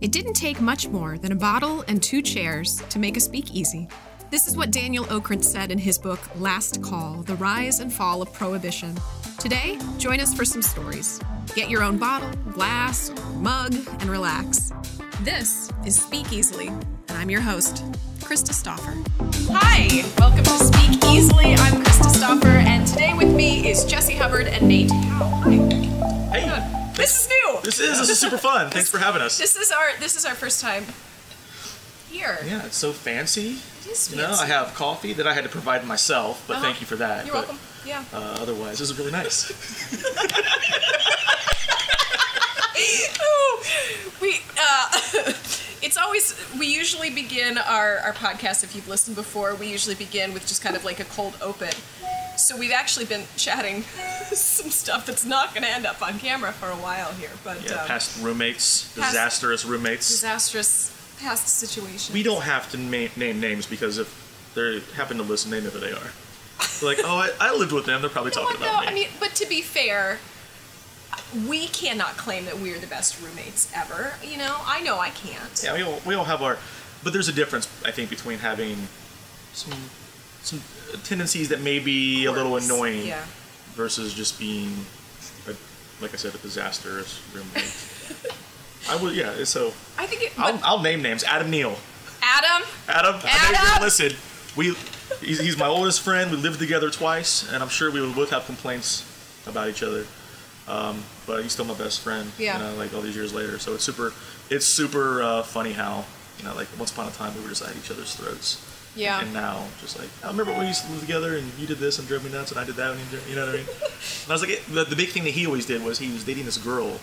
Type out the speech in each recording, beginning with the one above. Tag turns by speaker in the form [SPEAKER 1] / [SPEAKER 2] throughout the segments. [SPEAKER 1] It didn't take much more than a bottle and two chairs to make a speakeasy. This is what Daniel Okrent said in his book Last Call The Rise and Fall of Prohibition. Today, join us for some stories. Get your own bottle, glass, mug, and relax. This is Speak Easily, and I'm your host, Krista Stoffer. Hi, welcome to Speak Easily. I'm Krista Stoffer, and today with me is Jesse Hubbard and Nate Howe. Hi.
[SPEAKER 2] Hey,
[SPEAKER 1] This is new.
[SPEAKER 2] this is this is super fun. Thanks for having us.
[SPEAKER 1] This is our this is our first time here.
[SPEAKER 2] Yeah, it's so fancy.
[SPEAKER 1] It is
[SPEAKER 2] You know, I
[SPEAKER 1] fancy.
[SPEAKER 2] have coffee that I had to provide myself, but
[SPEAKER 1] Uh-huh.
[SPEAKER 2] thank you for that.
[SPEAKER 1] You're
[SPEAKER 2] But,
[SPEAKER 1] welcome. Yeah.
[SPEAKER 2] Uh, otherwise, this is really nice.
[SPEAKER 1] Ooh, Oh, we uh, it's always we usually begin our our podcast if you've listened before we usually begin with just kind of like a cold open. So we've actually been chatting some stuff that's not going to end up on camera for a while here, but
[SPEAKER 2] Yeah,
[SPEAKER 1] um,
[SPEAKER 2] past roommates,
[SPEAKER 1] past-
[SPEAKER 2] disastrous roommates.
[SPEAKER 1] disastrous past situation.
[SPEAKER 2] we don't have to ma- name names because if they happen to listen, they know who they are. Like, oh, I, I lived with them. They're probably
[SPEAKER 1] You know
[SPEAKER 2] talking
[SPEAKER 1] what,
[SPEAKER 2] about
[SPEAKER 1] though?
[SPEAKER 2] me.
[SPEAKER 1] I mean, but to be fair, we cannot claim that we're the best roommates ever. You know, I know I can't.
[SPEAKER 2] yeah, we all, we all have our, but there's a difference I think between having some some tendencies that may be a little
[SPEAKER 1] Quirks.
[SPEAKER 2] annoying.
[SPEAKER 1] Yeah.
[SPEAKER 2] versus just being, a, like I said, a disastrous roommate. I would, yeah. So
[SPEAKER 1] I think it,
[SPEAKER 2] I'll,
[SPEAKER 1] but
[SPEAKER 2] I'll name names. Adam Neal.
[SPEAKER 1] Adam,
[SPEAKER 2] Adam. I know you're gonna
[SPEAKER 1] Adam!
[SPEAKER 2] listen, we. He's, he's my oldest friend. We lived together twice, and I'm sure we would both have complaints about each other. Um, but he's still my best friend.
[SPEAKER 1] Yeah.
[SPEAKER 2] You know, like all these years later. So it's super. It's super uh, funny how you know, like once upon a time we were just at each other's throats.
[SPEAKER 1] Yeah.
[SPEAKER 2] And now, just like I remember we used to live together, and you did this and drove me nuts, and I did that, and you, did- you know what I mean. And I was like, it- the, the big thing that he always did was he was dating this girl,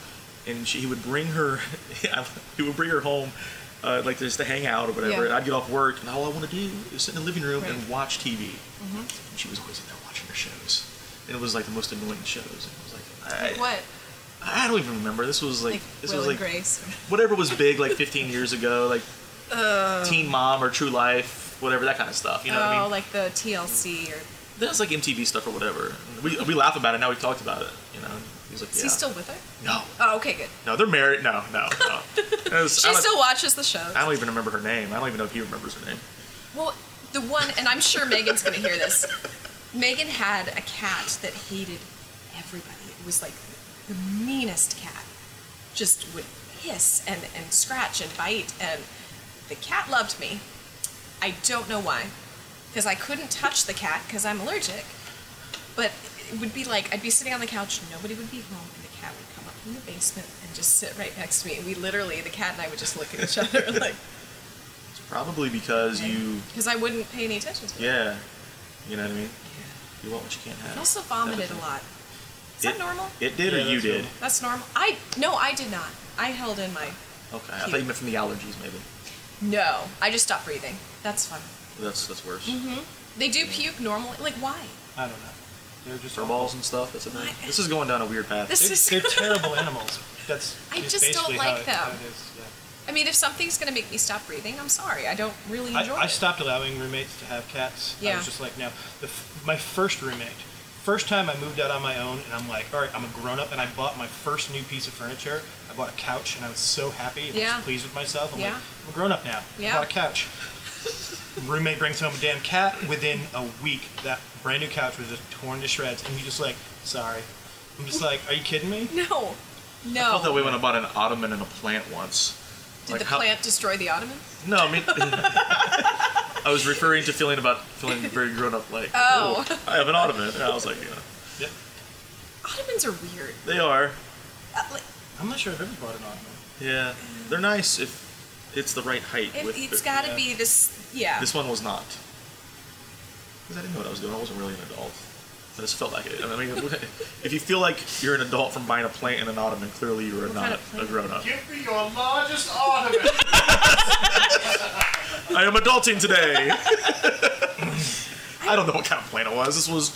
[SPEAKER 2] and she, he would bring her, he would bring her home, uh, like just to hang out or whatever.
[SPEAKER 1] Yeah.
[SPEAKER 2] And I'd get off work, and all I want to do is sit in the living room
[SPEAKER 1] Right. Mm-hmm.
[SPEAKER 2] and watch TV. And she was always in there watching her shows, and it was like the most annoying shows. And I was like, I,
[SPEAKER 1] what?
[SPEAKER 2] I don't even remember. This was like,
[SPEAKER 1] Like
[SPEAKER 2] this
[SPEAKER 1] Will
[SPEAKER 2] was
[SPEAKER 1] and
[SPEAKER 2] like
[SPEAKER 1] Grace.
[SPEAKER 2] whatever was big like 15 years ago, like Teen Mom or True Life, whatever that kind of stuff. You know
[SPEAKER 1] oh,
[SPEAKER 2] what I mean?
[SPEAKER 1] like the TLC or
[SPEAKER 2] That's like MTV stuff or whatever. We, we laugh about it. Now we've talked about it. You know, he's like,
[SPEAKER 1] is
[SPEAKER 2] yeah.
[SPEAKER 1] he still with her?
[SPEAKER 2] no,
[SPEAKER 1] Oh, okay, good.
[SPEAKER 2] no, they're married. No, no, no. It was- I,
[SPEAKER 1] She
[SPEAKER 2] don't,
[SPEAKER 1] still watches the show.
[SPEAKER 2] I don't even remember her name. I don't even know if he remembers her name.
[SPEAKER 1] Well, the one, and I'm sure Megan's going to hear this. Megan had a cat that hated everybody. It was like the meanest cat. Just would hiss and, and scratch and bite. And the cat loved me. I don't know why. Because I couldn't touch the cat because I'm allergic. But it would be like, I'd be sitting on the couch, nobody would be home, and the cat would come up from the basement and just sit right next to me. And we literally, the cat and I would just look at each other like,
[SPEAKER 2] It's probably because you,
[SPEAKER 1] because I wouldn't pay any attention to it.
[SPEAKER 2] yeah, you know what I mean. You want what you can't have.
[SPEAKER 1] I also vomited a lot. Is that
[SPEAKER 2] It-
[SPEAKER 1] normal?
[SPEAKER 2] It did,
[SPEAKER 3] Yeah,
[SPEAKER 2] or you
[SPEAKER 3] that's
[SPEAKER 2] did?
[SPEAKER 1] That's normal. I no, I did not. I held in my
[SPEAKER 2] Okay, I thought you meant from the allergies, maybe.
[SPEAKER 1] no. I just stopped breathing. That's fun.
[SPEAKER 2] That's that's worse.
[SPEAKER 1] Mm-hmm. They do puke normally. Like why?
[SPEAKER 3] I don't know. They're just
[SPEAKER 2] Throw balls and stuff. That's a thing.
[SPEAKER 1] My-
[SPEAKER 2] This is going down a weird path.
[SPEAKER 1] This-
[SPEAKER 3] They're,
[SPEAKER 1] is-
[SPEAKER 3] they're terrible animals. That's
[SPEAKER 1] I
[SPEAKER 3] is
[SPEAKER 1] just don't
[SPEAKER 3] basically how
[SPEAKER 1] like
[SPEAKER 3] it- how
[SPEAKER 1] them.
[SPEAKER 3] it is, yeah.
[SPEAKER 1] I mean, if something's gonna make me stop breathing, I'm sorry. I don't really enjoy
[SPEAKER 3] I, I
[SPEAKER 1] it.
[SPEAKER 3] stopped allowing roommates to have cats. I
[SPEAKER 1] Yeah.
[SPEAKER 3] was just like, no. The f- my first roommate, first time I moved out on my own, and I'm like, all right, I'm a grown up, and I bought my first new piece of furniture. I bought a couch, and I was so happy. And I
[SPEAKER 1] Yeah.
[SPEAKER 3] was pleased with myself. I'm
[SPEAKER 1] Yeah.
[SPEAKER 3] like, I'm a grown up now.
[SPEAKER 1] Yeah.
[SPEAKER 3] I bought a couch. roommate brings home a damn cat. Within a week, that brand new couch was just torn to shreds, and you just like, sorry. I'm just like, are you kidding me?
[SPEAKER 1] No,
[SPEAKER 2] I felt that
[SPEAKER 1] no.
[SPEAKER 2] way when I bought an ottoman and a plant once.
[SPEAKER 1] Oh. Did
[SPEAKER 2] Like,
[SPEAKER 1] the
[SPEAKER 2] how-
[SPEAKER 1] plant destroy the ottoman?
[SPEAKER 2] No, I mean, I was referring to feeling about feeling very grown up, like
[SPEAKER 1] Oh.
[SPEAKER 2] "Ooh, I have an ottoman, and I was like, yeah,
[SPEAKER 3] Yep.
[SPEAKER 1] Ottomans are weird.
[SPEAKER 2] they are,
[SPEAKER 1] Uh, like,
[SPEAKER 3] I'm not sure I've ever bought an ottoman.
[SPEAKER 2] yeah, they're nice if it's the right height.
[SPEAKER 1] it,
[SPEAKER 2] with
[SPEAKER 1] it's
[SPEAKER 2] the-
[SPEAKER 1] got to
[SPEAKER 3] yeah.
[SPEAKER 1] be this. Yeah.
[SPEAKER 2] This one was not, because I didn't know what I was doing. I wasn't really an adult. I just felt like it. And I mean, if you feel like you're an adult from buying a plant and an ottoman, clearly you are
[SPEAKER 1] What
[SPEAKER 2] not
[SPEAKER 1] kind of plant?
[SPEAKER 2] a grown up.
[SPEAKER 4] Give me your largest ornament.
[SPEAKER 2] I am adulting today. I don't know what kind of plant it was. This was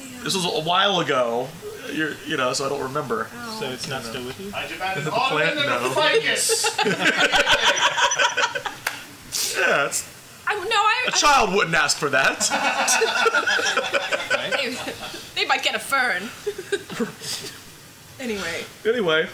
[SPEAKER 1] Yeah.
[SPEAKER 2] this was a while ago. You're, you know, so I don't remember.
[SPEAKER 1] Oh.
[SPEAKER 3] So it's not still with you?
[SPEAKER 4] I demand
[SPEAKER 2] The
[SPEAKER 4] an ornament
[SPEAKER 2] plant?
[SPEAKER 4] and a
[SPEAKER 2] No.
[SPEAKER 4] ficus.
[SPEAKER 2] Yeah, it's,
[SPEAKER 1] I no. I,
[SPEAKER 2] a child wouldn't ask for that.
[SPEAKER 3] Right?
[SPEAKER 1] I they might get a fern. anyway.
[SPEAKER 2] anyway,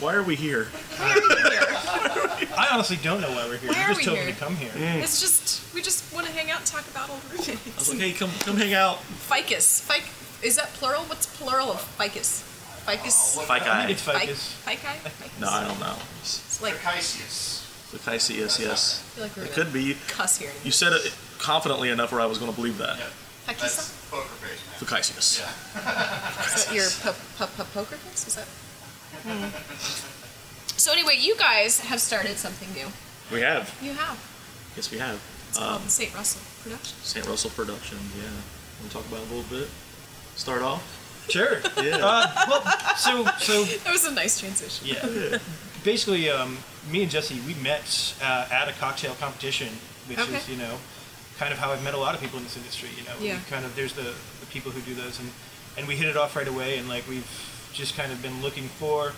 [SPEAKER 2] why are we here?
[SPEAKER 1] Here.
[SPEAKER 3] I honestly don't know why we're here.
[SPEAKER 1] Why
[SPEAKER 3] you
[SPEAKER 1] are
[SPEAKER 3] just
[SPEAKER 1] we
[SPEAKER 3] told me
[SPEAKER 1] here?
[SPEAKER 3] to come here.
[SPEAKER 1] It's just we just want to hang out and talk about old
[SPEAKER 2] Hmm. I was
[SPEAKER 1] roommates.
[SPEAKER 2] like, hey, come come hang out.
[SPEAKER 1] Ficus. Fic. Is that plural? What's plural of ficus? Ficus.
[SPEAKER 4] Oh, what-
[SPEAKER 2] Fica.
[SPEAKER 3] I think it's
[SPEAKER 1] Fic-
[SPEAKER 3] ficus.
[SPEAKER 1] Fici? Ficus.
[SPEAKER 2] No, I don't know. It's
[SPEAKER 1] It's like I
[SPEAKER 4] Caesius.
[SPEAKER 2] Lachesis, yes.
[SPEAKER 1] feel like we're
[SPEAKER 2] It
[SPEAKER 1] gonna
[SPEAKER 2] could be.
[SPEAKER 1] cuss here.
[SPEAKER 2] You said it confidently enough where I was going to believe that.
[SPEAKER 4] Yeah.
[SPEAKER 1] Ficus?
[SPEAKER 4] That's poker face, man.
[SPEAKER 2] Lachesis.
[SPEAKER 4] Yeah.
[SPEAKER 1] Is that your po- po- po- poker face? Is that?
[SPEAKER 2] Hmm.
[SPEAKER 1] So anyway, you guys have started something new.
[SPEAKER 2] We have.
[SPEAKER 1] You have.
[SPEAKER 2] Yes, we have.
[SPEAKER 1] It's called
[SPEAKER 2] Um,
[SPEAKER 1] the St. Russell Productions.
[SPEAKER 2] St. Russell Productions, yeah. Want to talk about it a little bit? Start off?
[SPEAKER 3] Sure.
[SPEAKER 2] Yeah.
[SPEAKER 3] Uh, well, so so
[SPEAKER 1] That was a nice transition.
[SPEAKER 3] yeah. Basically, um, me and Jesse we met uh, at a cocktail competition, which
[SPEAKER 1] Okay.
[SPEAKER 3] is you know kind of how I've met a lot of people in this industry. You know, We
[SPEAKER 1] Yeah.
[SPEAKER 3] kind of there's the, the people who do those, and and we hit it off right away, and like we've just kind of been looking for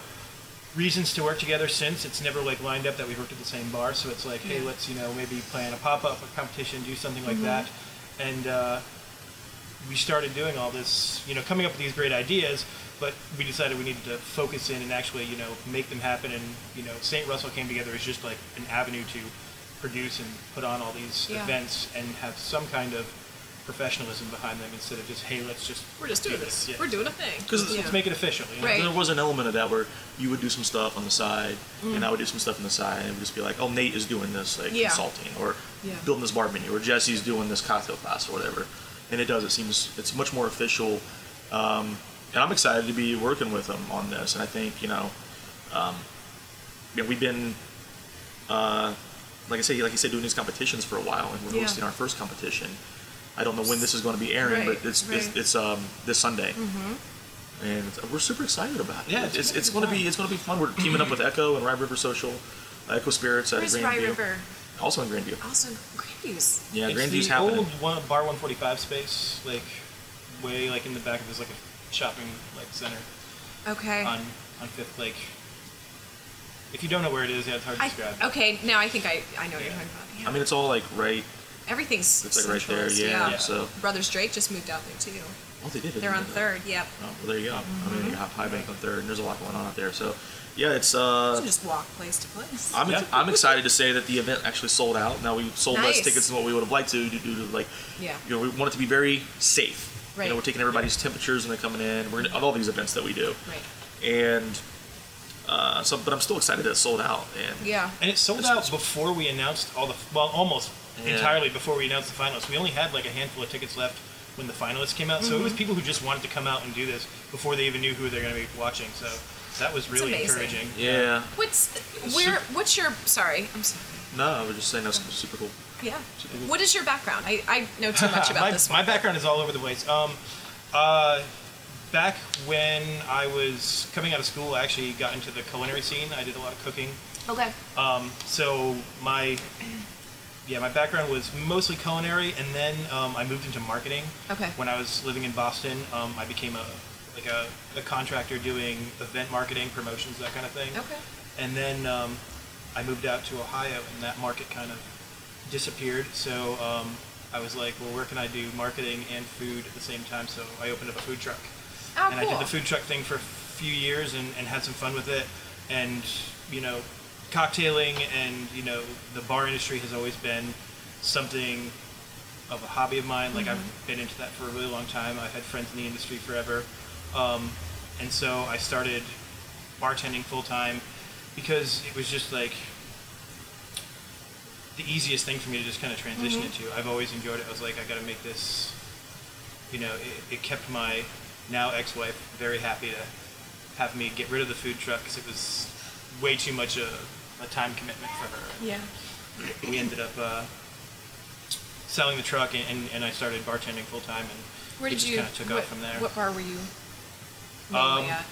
[SPEAKER 3] reasons to work together since it's never like lined up that we worked at the same bar so it's like hey
[SPEAKER 1] Yeah. Mm-hmm.
[SPEAKER 3] let's you know maybe plan a pop-up a competition do something like that and uh, we started doing all this you know coming up with these great ideas but we decided we needed to focus in and actually you know make them happen and you know st russell came together as just like an avenue to produce and put on all these
[SPEAKER 1] Yeah.
[SPEAKER 3] events and have some kind of professionalism behind them instead of just hey let's just
[SPEAKER 1] We're just
[SPEAKER 3] do
[SPEAKER 1] doing this.
[SPEAKER 3] yeah.
[SPEAKER 1] We're doing a thing.
[SPEAKER 2] 'Cause it's-
[SPEAKER 1] yeah.
[SPEAKER 2] it's
[SPEAKER 3] let's make it official you know?
[SPEAKER 1] Right.
[SPEAKER 2] There was an element of that where you would do some stuff on the side, and I would do some stuff on the side, and it would just be like, oh, Nate is doing this, like
[SPEAKER 1] Yeah.
[SPEAKER 2] consulting, or
[SPEAKER 1] Yeah.
[SPEAKER 2] building this bar menu, or Jesse's doing this cocktail class, or whatever. And it does. It seems it's much more official, um, and I'm excited to be working with them on this. And I think you know, um, yeah, we've been, uh, like I said, like you said, doing these competitions for a while, and we're
[SPEAKER 1] Yeah.
[SPEAKER 2] hosting our first competition. I don't know when this is going to be airing,
[SPEAKER 1] Right,
[SPEAKER 2] but it's, it's
[SPEAKER 1] right. Mm-hmm.
[SPEAKER 2] it's um this Sunday and we're super excited about it.
[SPEAKER 3] Yeah,
[SPEAKER 2] it's it's,
[SPEAKER 3] it's
[SPEAKER 2] going to be it's going to be fun. We're teaming up with Echo and Rye River Social, uh, Echo Spirits at
[SPEAKER 1] Where's
[SPEAKER 2] Grandview,
[SPEAKER 1] Rye River?
[SPEAKER 2] also in Grandview.
[SPEAKER 1] Also, Grandview's.
[SPEAKER 2] Yeah,
[SPEAKER 3] it's
[SPEAKER 2] Grandview's
[SPEAKER 3] the
[SPEAKER 2] happening.
[SPEAKER 3] old one, bar 145 space, like way like in the back of this like a shopping like center
[SPEAKER 1] Okay.
[SPEAKER 3] on on Fifth Lake. If you don't know where it is, yeah, it's hard to
[SPEAKER 1] I,
[SPEAKER 3] describe.
[SPEAKER 1] okay, now I think I, I know what you're
[SPEAKER 3] Yeah.
[SPEAKER 1] talking about. Yeah.
[SPEAKER 2] I mean, it's all like right.
[SPEAKER 1] Everything's
[SPEAKER 2] It's like right there.
[SPEAKER 1] centralized,
[SPEAKER 2] Yeah.
[SPEAKER 3] yeah.
[SPEAKER 2] So
[SPEAKER 1] Brothers Drake just moved out there too.
[SPEAKER 2] oh, they did.
[SPEAKER 1] They're
[SPEAKER 2] I didn't
[SPEAKER 1] on
[SPEAKER 2] know that.
[SPEAKER 1] third. Mm-hmm. Yep.
[SPEAKER 2] Oh, well, there you go. I mean, you have High Bank on third, and there's a lot going on out there. So yeah, it's uh.
[SPEAKER 1] You can just walk place to place.
[SPEAKER 2] I'm,
[SPEAKER 3] Yeah.
[SPEAKER 2] I'm excited to say that the event actually sold out. Now we sold
[SPEAKER 1] Nice.
[SPEAKER 2] less tickets than what we would have liked to due to like,
[SPEAKER 1] Yeah.
[SPEAKER 2] you know, we want it to be very safe. You
[SPEAKER 1] Right.
[SPEAKER 2] know, we're taking everybody's temperatures when they're coming in. We're gonna, on all these events that we do,
[SPEAKER 1] right.
[SPEAKER 2] and uh, so but I'm still excited that it sold out. And
[SPEAKER 1] Yeah.
[SPEAKER 3] And it sold out before we announced all the well, almost
[SPEAKER 2] Yeah.
[SPEAKER 3] entirely before we announced the finalists. We only had like a handful of tickets left when the finalists came out, so
[SPEAKER 1] Mm-hmm.
[SPEAKER 3] it was people who just wanted to come out and do this before they even knew who they're going to be watching. So that was really
[SPEAKER 1] amazing.
[SPEAKER 3] encouraging.
[SPEAKER 2] yeah,
[SPEAKER 1] What's where? What's your? Sorry, I'm sorry.
[SPEAKER 2] no, I was just saying that's super cool.
[SPEAKER 1] Yeah. What is your background? I, I know too much about
[SPEAKER 3] my,
[SPEAKER 1] this.
[SPEAKER 3] my
[SPEAKER 1] one.
[SPEAKER 3] background is all over the place. Um, uh, back when I was coming out of school, I actually got into the culinary scene. I did a lot of cooking.
[SPEAKER 1] Okay.
[SPEAKER 3] Um, so my yeah, my background was mostly culinary, and then um, I moved into marketing.
[SPEAKER 1] Okay.
[SPEAKER 3] When I was living in Boston, um, I became a like a, a contractor doing event marketing, promotions, that kind of thing.
[SPEAKER 1] Okay.
[SPEAKER 3] And then um, I moved out to Ohio, and that market kind of disappeared. So um, I was like, well, where can I do marketing and food at the same time? So I opened up a food truck.
[SPEAKER 1] Oh,
[SPEAKER 3] and I
[SPEAKER 1] cool.
[SPEAKER 3] did the food truck thing for a few years and, and had some fun with it. And, you know, cocktailing and, you know, the bar industry has always been something of a hobby of mine. Like, I've been into that for a really long time. I've had friends in the industry forever. Um, and so I started bartending full time because it was just like the easiest thing for me to just kind of transition
[SPEAKER 1] Mm-hmm.
[SPEAKER 3] into. I've always enjoyed it. I was like, I got to make this. You know, it, it kept my now ex-wife very happy to have me get rid of the food truck because it was way too much a, a time commitment for her
[SPEAKER 1] Yeah.
[SPEAKER 3] we ended up uh, selling the truck and, and, and I started bartending full time and
[SPEAKER 1] Where
[SPEAKER 3] it
[SPEAKER 1] did
[SPEAKER 3] just
[SPEAKER 1] you?
[SPEAKER 3] kind of took
[SPEAKER 1] what,
[SPEAKER 3] off from there.
[SPEAKER 1] What bar were you?
[SPEAKER 3] Um,
[SPEAKER 1] mainly at?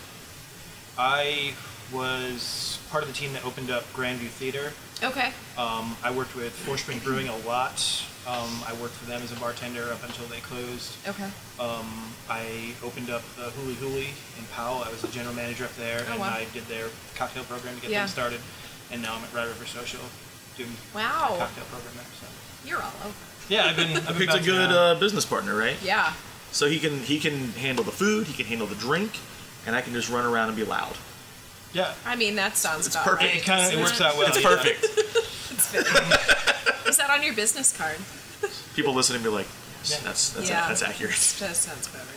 [SPEAKER 3] I was part of the team that opened up Grandview Theater.
[SPEAKER 1] Okay.
[SPEAKER 3] Um, I worked with Four Spring Brewing a lot. Um, I worked for them as a bartender up until they closed.
[SPEAKER 1] Okay.
[SPEAKER 3] I opened up the Huli Huli in Powell. I was the general manager up there,
[SPEAKER 1] Oh,
[SPEAKER 3] and
[SPEAKER 1] wow.
[SPEAKER 3] I did their cocktail program to get
[SPEAKER 1] Yeah.
[SPEAKER 3] them started. And now I'm at Red River Social doing
[SPEAKER 1] Wow.
[SPEAKER 3] cocktail program there. So.
[SPEAKER 1] You're all over.
[SPEAKER 3] Yeah, I've been.
[SPEAKER 2] I
[SPEAKER 3] I've been
[SPEAKER 2] picked a
[SPEAKER 3] bouncing
[SPEAKER 2] good
[SPEAKER 3] around.
[SPEAKER 2] uh, business partner, right?
[SPEAKER 1] Yeah.
[SPEAKER 2] So he can he can handle the food, he can handle the drink, and I can just run around and be loud.
[SPEAKER 3] Yeah.
[SPEAKER 1] I mean, that sounds about
[SPEAKER 2] perfect.
[SPEAKER 1] right.
[SPEAKER 3] It kind of it works out well.
[SPEAKER 2] It's
[SPEAKER 3] yeah.
[SPEAKER 2] perfect.
[SPEAKER 1] Is that on your business card?
[SPEAKER 2] People listening be like, yes,
[SPEAKER 3] Yeah.
[SPEAKER 2] that's that's,
[SPEAKER 1] Yeah.
[SPEAKER 2] that's accurate.
[SPEAKER 1] That sounds about right.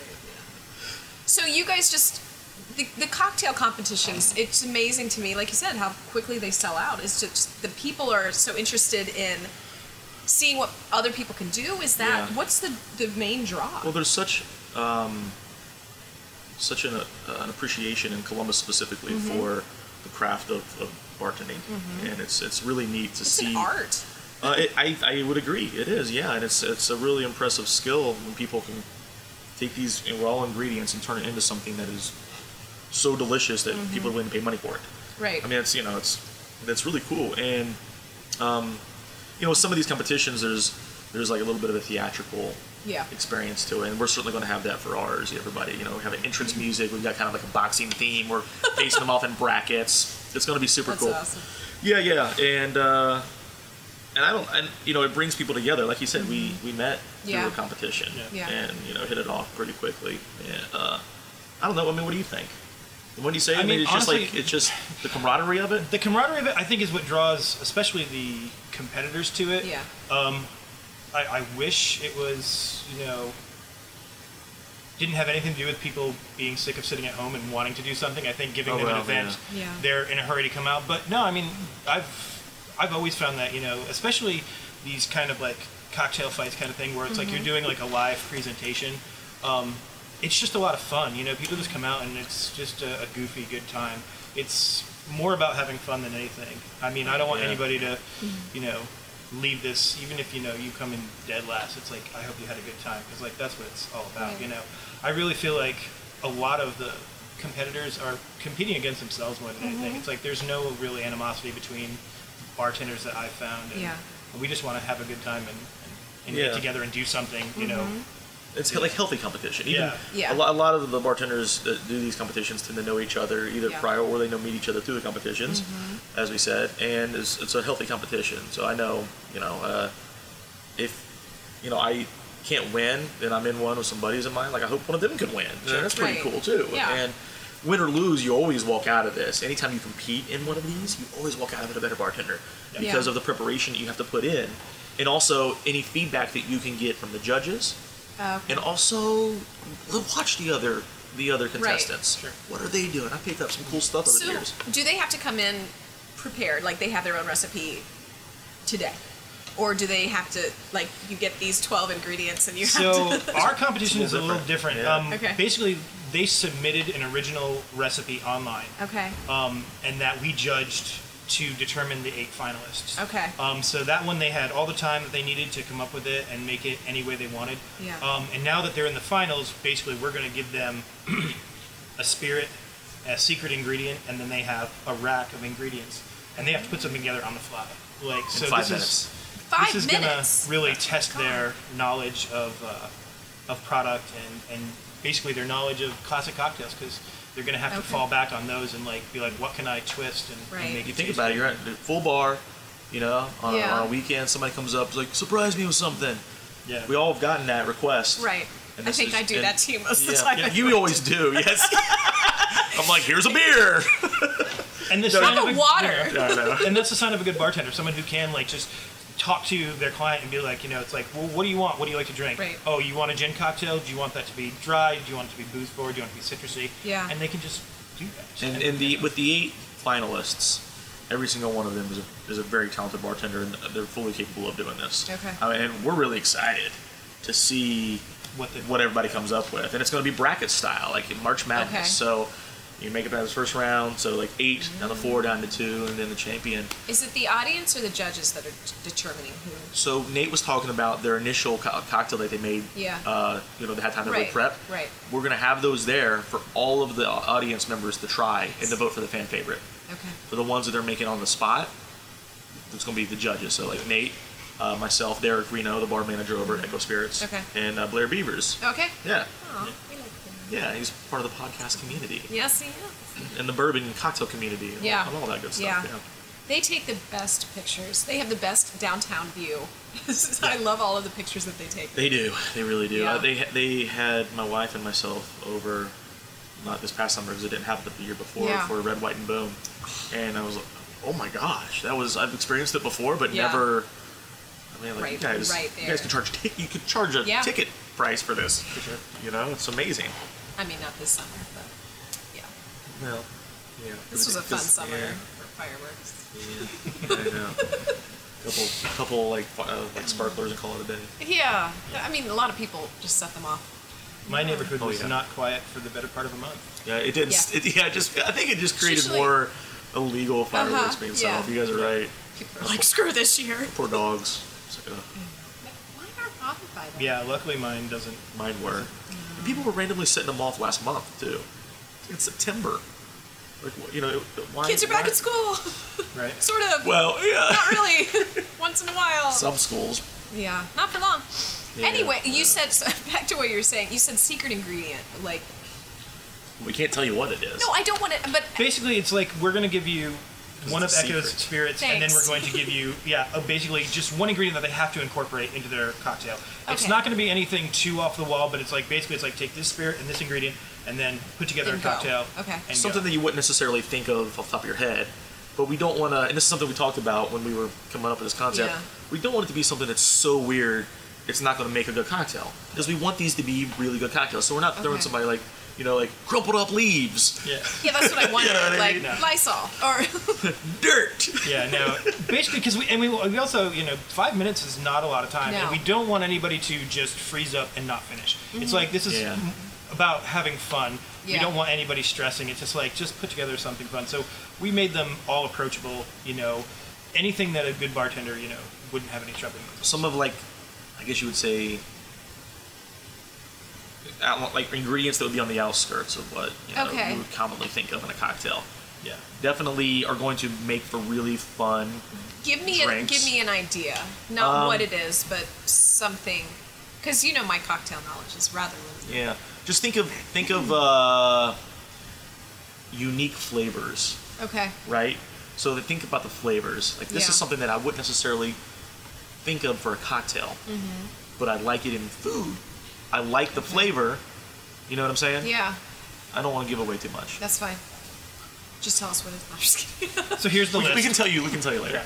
[SPEAKER 1] So you guys just the, the cocktail competitions. It's amazing to me, like you said, how quickly they sell out. It's just the people are so interested in seeing what other people can do. Is that
[SPEAKER 2] Yeah.
[SPEAKER 1] what's the the main draw?
[SPEAKER 2] Well, there's such um, such an, uh, an appreciation in Columbus specifically
[SPEAKER 1] Mm-hmm.
[SPEAKER 2] for the craft of, of bartending, and it's it's really neat to
[SPEAKER 1] it's
[SPEAKER 2] see.
[SPEAKER 1] an art.
[SPEAKER 2] Uh, it, I I would agree. It is, yeah, and it's it's a really impressive skill when people can take these raw ingredients and turn it into something that is so delicious that people are willing to pay money for it.
[SPEAKER 1] Right.
[SPEAKER 2] I mean, it's you know, it's that's really cool, and um, you know, some of these competitions, there's there's like a little bit of a theatrical
[SPEAKER 1] yeah.
[SPEAKER 2] experience to it, and we're certainly going to have that for ours. Everybody, you know, we have an entrance music. We've got kind of like a boxing theme. We're facing them off in brackets. It's going to be super
[SPEAKER 1] That's
[SPEAKER 2] cool.
[SPEAKER 1] awesome.
[SPEAKER 2] Yeah, yeah, and uh, and I don't, and you know, it brings people together. Like you said, we we met
[SPEAKER 1] Mm-hmm. Yeah.
[SPEAKER 2] through a competition,
[SPEAKER 1] Yeah. Yeah.
[SPEAKER 2] and you know, hit it off pretty quickly. And uh, I don't know. I mean, what do you think? When you say, it,
[SPEAKER 3] I
[SPEAKER 2] I mean,
[SPEAKER 3] mean,
[SPEAKER 2] it's just like
[SPEAKER 3] honestly-
[SPEAKER 2] it's just the camaraderie of it.
[SPEAKER 3] The camaraderie of it, I think, is what draws, especially the competitors to it.
[SPEAKER 1] Yeah.
[SPEAKER 3] I, I wish it was, you know, didn't have anything to do with people being sick of sitting at home and wanting to do something. I think giving
[SPEAKER 2] Oh,
[SPEAKER 3] them an
[SPEAKER 2] well,
[SPEAKER 3] event,
[SPEAKER 1] yeah. Yeah.
[SPEAKER 3] they're in a hurry to come out. But no, I mean, I've I've always found that, you know, especially these kind of like cocktail fights kind of thing where it's like you're doing like a live presentation. Um, it's just a lot of fun, you know. People just come out and it's just a, a goofy good time. It's more about having fun than anything. I mean, I don't want
[SPEAKER 2] Yeah.
[SPEAKER 3] anybody to, you know, leave this even if you know you come in dead last. It's like I hope you had a good time because like that's what it's all about,
[SPEAKER 1] Right.
[SPEAKER 3] you know. I really feel like a lot of the competitors are competing against themselves more than
[SPEAKER 1] Mm-hmm.
[SPEAKER 3] anything. It's like there's no real animosity between bartenders that I've found. And
[SPEAKER 1] Yeah.
[SPEAKER 3] We just want to have a good time and, and, and
[SPEAKER 2] Yeah.
[SPEAKER 3] get together and do something, you know.
[SPEAKER 1] Mm-hmm.
[SPEAKER 2] It's like healthy competition. Even
[SPEAKER 3] Yeah.
[SPEAKER 1] Yeah.
[SPEAKER 2] A, lot, a lot of the bartenders that do these competitions tend to know each other either
[SPEAKER 1] Yeah. Mm-hmm.
[SPEAKER 2] prior or they know meet each other through the competitions, as we said, and it's, it's a healthy competition. So I know, you know, uh, if you know I can't win, then I'm in one with some buddies of mine. Like I hope one of them can win. So that's
[SPEAKER 1] Right.
[SPEAKER 2] pretty cool too.
[SPEAKER 1] Yeah.
[SPEAKER 2] And win or lose, you always walk out of this. Anytime you compete in one of these, you always walk out of it a better bartender because
[SPEAKER 1] Yeah.
[SPEAKER 2] of the preparation that you have to put in, and also any feedback that you can get from the judges
[SPEAKER 1] Uh,
[SPEAKER 2] and also l- watch the other the other contestants.
[SPEAKER 3] Sure.
[SPEAKER 2] What are they doing? I picked up some cool stuff over the
[SPEAKER 1] so,
[SPEAKER 2] years.
[SPEAKER 1] do they have to come in prepared, like they have their own recipe today, or do they have to like you get these twelve ingredients and you
[SPEAKER 3] So
[SPEAKER 1] have to?
[SPEAKER 3] our competition
[SPEAKER 2] It's
[SPEAKER 3] is
[SPEAKER 2] a
[SPEAKER 3] a
[SPEAKER 2] little
[SPEAKER 3] little different.
[SPEAKER 2] Yeah.
[SPEAKER 3] Um,
[SPEAKER 1] Okay.
[SPEAKER 3] Basically, they submitted an original recipe online.
[SPEAKER 1] okay.
[SPEAKER 3] um, and that we judged to determine the eight finalists.
[SPEAKER 1] Okay.
[SPEAKER 3] Um, so that one they had all the time that they needed to come up with it and make it any way they wanted.
[SPEAKER 1] Yeah.
[SPEAKER 3] Um, and now that they're in the finals, basically we're going to give them a spirit, a secret ingredient, and then they have a rack of ingredients, and they have to put something together on the fly. Like so,
[SPEAKER 2] five
[SPEAKER 3] this
[SPEAKER 2] minutes.
[SPEAKER 3] is
[SPEAKER 1] Five
[SPEAKER 3] this is
[SPEAKER 1] minutes.
[SPEAKER 3] gonna really test
[SPEAKER 1] God.
[SPEAKER 3] their knowledge of uh, of product and and basically their knowledge of classic cocktails because they're gonna have to
[SPEAKER 1] Okay.
[SPEAKER 3] fall back on those and like be like, what can I twist and, and
[SPEAKER 1] Right.
[SPEAKER 3] make
[SPEAKER 2] You
[SPEAKER 3] it
[SPEAKER 2] think
[SPEAKER 3] taste
[SPEAKER 2] about it, you're at the full bar, you know, on,
[SPEAKER 1] Yeah.
[SPEAKER 2] a, on a weekend. Somebody comes up, is like, surprise me with something.
[SPEAKER 3] good? Yeah.
[SPEAKER 2] We all have gotten that request.
[SPEAKER 1] Right.
[SPEAKER 2] And
[SPEAKER 1] I
[SPEAKER 2] this
[SPEAKER 1] think
[SPEAKER 2] is-
[SPEAKER 1] I do
[SPEAKER 2] and-
[SPEAKER 1] that to you most of the
[SPEAKER 2] Yeah,
[SPEAKER 1] time.
[SPEAKER 2] yeah, you always do. Yes. I'm like, here's a beer.
[SPEAKER 3] and the
[SPEAKER 1] Have
[SPEAKER 3] sign
[SPEAKER 1] a
[SPEAKER 3] of a-
[SPEAKER 1] water.
[SPEAKER 2] Yeah, I know.
[SPEAKER 3] yeah. and that's the sign of a good bartender, someone who can like just talk to their client and be like, you know, it's like, well, what do you want? What do you like to drink?
[SPEAKER 1] Right.
[SPEAKER 3] Oh, you want a gin cocktail? Do you want that to be dry? Do you want it to be booze forward? Do you want it to be citrusy?
[SPEAKER 1] Yeah.
[SPEAKER 3] And they can just do that.
[SPEAKER 2] And, and the with the eight finalists, every single one of them is a, is a very talented bartender, and they're fully capable of doing this.
[SPEAKER 1] Okay.
[SPEAKER 2] I mean, and we're really excited to see
[SPEAKER 3] what the
[SPEAKER 2] what everybody comes up with, and it's going to be bracket style, like in March Madness.
[SPEAKER 1] Okay.
[SPEAKER 2] So you make it past the first round, so like eight down to four, down to two, and then the champion.
[SPEAKER 1] Is it the audience or the judges that are determining who?
[SPEAKER 2] So Nate was talking about their initial co- cocktail that they made.
[SPEAKER 1] Yeah.
[SPEAKER 2] Uh, you know, they had time to really
[SPEAKER 1] Right,
[SPEAKER 2] prep.
[SPEAKER 1] right.
[SPEAKER 2] We're going to have those there for all of the au- audience members to try and to vote for the fan favorite.
[SPEAKER 1] Okay.
[SPEAKER 2] for the ones that they're making on the spot, it's going to be the judges. So like Nate, uh, myself, Derek Reno, the bar manager over at Echo Spirits,
[SPEAKER 1] Okay.
[SPEAKER 2] and uh, Blair Beavers.
[SPEAKER 1] Okay.
[SPEAKER 2] Yeah,
[SPEAKER 1] Aw, we like them.
[SPEAKER 2] yeah, he's part of the podcast community
[SPEAKER 1] Yes, yeah.
[SPEAKER 2] and the bourbon and cocktail community. and
[SPEAKER 1] Yeah.
[SPEAKER 2] all- and all that good stuff.
[SPEAKER 1] Yeah.
[SPEAKER 2] Yeah,
[SPEAKER 1] They take the best pictures. They have the best downtown view. I love all of the pictures that they take.
[SPEAKER 2] they do. They really do.
[SPEAKER 1] Yeah.
[SPEAKER 2] Uh, they ha- they had my wife and myself over not this past summer because it didn't happen the year before
[SPEAKER 1] Yeah.
[SPEAKER 2] for Red, White, and Boom. And I was like, oh my gosh, that was I've experienced it before, but
[SPEAKER 1] Yeah.
[SPEAKER 2] never. I mean, like you
[SPEAKER 1] Right-
[SPEAKER 2] guys,
[SPEAKER 1] right
[SPEAKER 2] you guys
[SPEAKER 1] there.
[SPEAKER 2] could charge tic- you could charge a
[SPEAKER 1] Yeah.
[SPEAKER 2] ticket price for this.
[SPEAKER 3] For sure.
[SPEAKER 2] You know, it's amazing.
[SPEAKER 1] I mean, not this summer, but yeah.
[SPEAKER 2] Well, yeah.
[SPEAKER 1] This was a fun
[SPEAKER 2] Just-
[SPEAKER 1] summer
[SPEAKER 2] yeah.
[SPEAKER 1] for fireworks.
[SPEAKER 2] Yeah, I know. couple, couple like fi- uh, like sparklers and call it a day.
[SPEAKER 1] Yeah. I mean, a lot of people just set them off.
[SPEAKER 3] My neighborhood
[SPEAKER 2] Oh,
[SPEAKER 3] was
[SPEAKER 2] yeah.
[SPEAKER 3] not quiet for the better part of a month.
[SPEAKER 2] Yeah, it didn't.
[SPEAKER 1] Yeah.
[SPEAKER 2] Yeah, it, yeah just I think it just
[SPEAKER 1] It's
[SPEAKER 2] created
[SPEAKER 1] usually-
[SPEAKER 2] more illegal
[SPEAKER 1] Uh-huh,
[SPEAKER 2] fireworks being
[SPEAKER 1] yeah.
[SPEAKER 2] sold. You guys are right.
[SPEAKER 1] People are like, screw this year.
[SPEAKER 2] Poor dogs. It's like, uh,
[SPEAKER 1] Mine aren't bothered by that.
[SPEAKER 3] Yeah, luckily mine doesn't.
[SPEAKER 2] mine were. And people were randomly setting them off last month too. In September, like wh- you know, why?
[SPEAKER 1] Kids are back
[SPEAKER 2] why-
[SPEAKER 1] at school,
[SPEAKER 3] Right.
[SPEAKER 1] sort of.
[SPEAKER 2] Well, yeah.
[SPEAKER 1] not really. Once in a while.
[SPEAKER 2] Some schools.
[SPEAKER 1] yeah, not for long.
[SPEAKER 2] Yeah.
[SPEAKER 1] Anyway, you said so back to what you were saying. You said secret ingredient. Like,
[SPEAKER 2] We can't tell you what it is.
[SPEAKER 1] no, I don't want to. But
[SPEAKER 3] Basically, it's like we're gonna give you one of
[SPEAKER 2] it's a
[SPEAKER 3] Echo's
[SPEAKER 2] secret.
[SPEAKER 3] spirits, and then
[SPEAKER 1] Thanks.
[SPEAKER 3] we're going to give you yeah, uh, basically just one ingredient that they have to incorporate into their cocktail. It's
[SPEAKER 1] Okay.
[SPEAKER 3] not gonna be anything too off the wall, but it's like basically it's like take this spirit and this ingredient, and then put together
[SPEAKER 1] And
[SPEAKER 3] a
[SPEAKER 1] go.
[SPEAKER 3] cocktail.
[SPEAKER 1] Okay.
[SPEAKER 3] And
[SPEAKER 2] something
[SPEAKER 3] go.
[SPEAKER 2] that you wouldn't necessarily think of off the top of your head. But we don't want to, and this is something we talked about when we were coming up with this concept.
[SPEAKER 1] Yeah.
[SPEAKER 2] We don't want it to be something that's so weird it's not going to make a good cocktail because we want these to be really good cocktails. So we're not throwing
[SPEAKER 1] Okay.
[SPEAKER 2] somebody like you know like crumpled up leaves,
[SPEAKER 3] Yeah.
[SPEAKER 1] yeah, that's what I wanted.
[SPEAKER 2] You know what I
[SPEAKER 1] like
[SPEAKER 2] mean?
[SPEAKER 3] No.
[SPEAKER 1] Lysol or
[SPEAKER 2] dirt.
[SPEAKER 3] Yeah, no. Basically, because we and we, we also you know five minutes is not a lot of time,
[SPEAKER 1] No. Mm-hmm.
[SPEAKER 3] and we don't want anybody to just freeze up and not finish. It's like this is
[SPEAKER 2] Yeah.
[SPEAKER 3] m- about having fun. We
[SPEAKER 1] Yeah.
[SPEAKER 3] don't want anybody stressing. It's just like just put together something fun. So we made them all approachable. You know, anything that a good bartender you know wouldn't have any trouble with.
[SPEAKER 2] Some of like, I guess you would say, out- like ingredients that would be on the outskirts of what you, know,
[SPEAKER 1] Okay.
[SPEAKER 2] you would commonly think of in a cocktail.
[SPEAKER 3] Yeah.
[SPEAKER 2] Definitely are going to make for really fun
[SPEAKER 1] give me a,
[SPEAKER 2] Drinks.
[SPEAKER 1] give me an idea, not
[SPEAKER 2] Um,
[SPEAKER 1] what it is, but something. Because you know my cocktail knowledge is rather limited.
[SPEAKER 2] Yeah. Just think of think of uh, unique flavors,
[SPEAKER 1] Okay.
[SPEAKER 2] right? So to think about the flavors. Like this
[SPEAKER 1] Yeah.
[SPEAKER 2] is something that I wouldn't necessarily think of for a cocktail,
[SPEAKER 1] Mm-hmm.
[SPEAKER 2] but I like it in food. I like the flavor. You know what I'm saying?
[SPEAKER 1] Yeah,
[SPEAKER 2] I don't want to give away too much.
[SPEAKER 1] that's fine. Just tell us what it is. I'm just kidding.
[SPEAKER 3] So here's the
[SPEAKER 2] We,
[SPEAKER 3] list.
[SPEAKER 2] we can tell you. We can tell you later.
[SPEAKER 3] Yeah.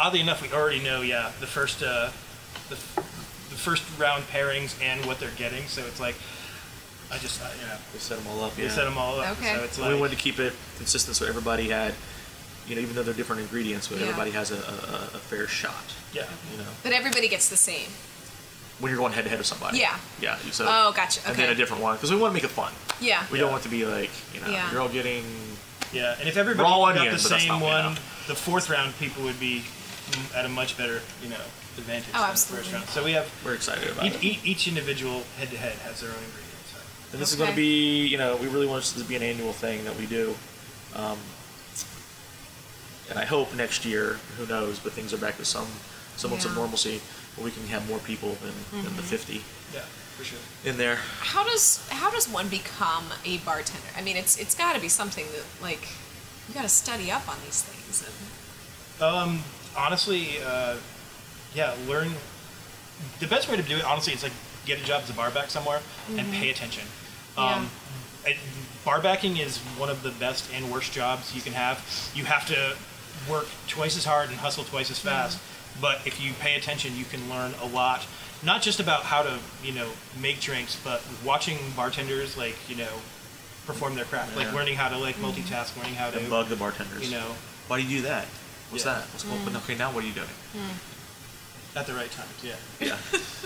[SPEAKER 3] Oddly enough, we already know. Yeah, the first uh, the, the first round pairings and what they're getting. So it's like I just uh, you know.
[SPEAKER 2] We set them all up.
[SPEAKER 3] We
[SPEAKER 2] yeah.
[SPEAKER 3] set them all up.
[SPEAKER 1] Okay.
[SPEAKER 3] So it's
[SPEAKER 2] And
[SPEAKER 3] like,
[SPEAKER 2] we wanted to keep it consistent, so everybody had, you know, even though they're different ingredients, but
[SPEAKER 1] Yeah.
[SPEAKER 2] everybody has a, a, a- a fair shot.
[SPEAKER 3] yeah.
[SPEAKER 2] You know,
[SPEAKER 1] but everybody gets the same.
[SPEAKER 2] when you're going head to head with somebody.
[SPEAKER 1] Yeah.
[SPEAKER 2] Yeah. So.
[SPEAKER 1] Oh, gotcha. Okay.
[SPEAKER 2] and then a different one because we want to make it fun.
[SPEAKER 1] yeah.
[SPEAKER 2] We
[SPEAKER 3] Yeah.
[SPEAKER 2] don't want to be like you know
[SPEAKER 1] Yeah.
[SPEAKER 2] you're all getting
[SPEAKER 3] Yeah, and if everybody
[SPEAKER 2] Raw
[SPEAKER 3] got
[SPEAKER 2] onion,
[SPEAKER 3] the
[SPEAKER 2] but that's
[SPEAKER 3] same
[SPEAKER 2] not
[SPEAKER 3] one,
[SPEAKER 2] enough.
[SPEAKER 3] the fourth round people would be mm, at a much better, you know, advantage.
[SPEAKER 1] Oh,
[SPEAKER 3] than
[SPEAKER 1] absolutely.
[SPEAKER 3] The first round. So we have
[SPEAKER 2] we're excited about
[SPEAKER 3] each,
[SPEAKER 2] it.
[SPEAKER 3] each, each individual head to head has their own ingredients. So.
[SPEAKER 2] And this is going to
[SPEAKER 1] Okay.
[SPEAKER 2] be you know we really want this to be an annual thing that we do. Um, and I hope next year, who knows, but things are back to some somewhat some
[SPEAKER 1] Yeah. Mm-hmm.
[SPEAKER 2] normalcy where we can have more people than, than the 50
[SPEAKER 3] Yeah, for sure.
[SPEAKER 2] in there.
[SPEAKER 1] How does how does one become a bartender? I mean, it's it's got to be something that like you got to study up on these things. And,
[SPEAKER 3] Honestly, uh, yeah, learn. The best way to do it, honestly, is like get a job as a bar back somewhere and pay attention. Um, I- bar backing is one of the best and worst jobs you can have. You have to work twice as hard and hustle twice as fast. But if you pay attention, you can learn a lot, not just about how to, you know, make drinks, but watching bartenders, like, you know, perform their craft,
[SPEAKER 2] Yeah.
[SPEAKER 3] like learning how to, like, multitask, learning how
[SPEAKER 2] And
[SPEAKER 3] to,
[SPEAKER 2] bug the bartenders.
[SPEAKER 3] you know,
[SPEAKER 2] why do you do that? What's
[SPEAKER 3] Yeah.
[SPEAKER 2] that? What's going
[SPEAKER 1] Mm.
[SPEAKER 2] on? Okay, now what are you doing?
[SPEAKER 3] at the right times, yeah.
[SPEAKER 2] Yeah.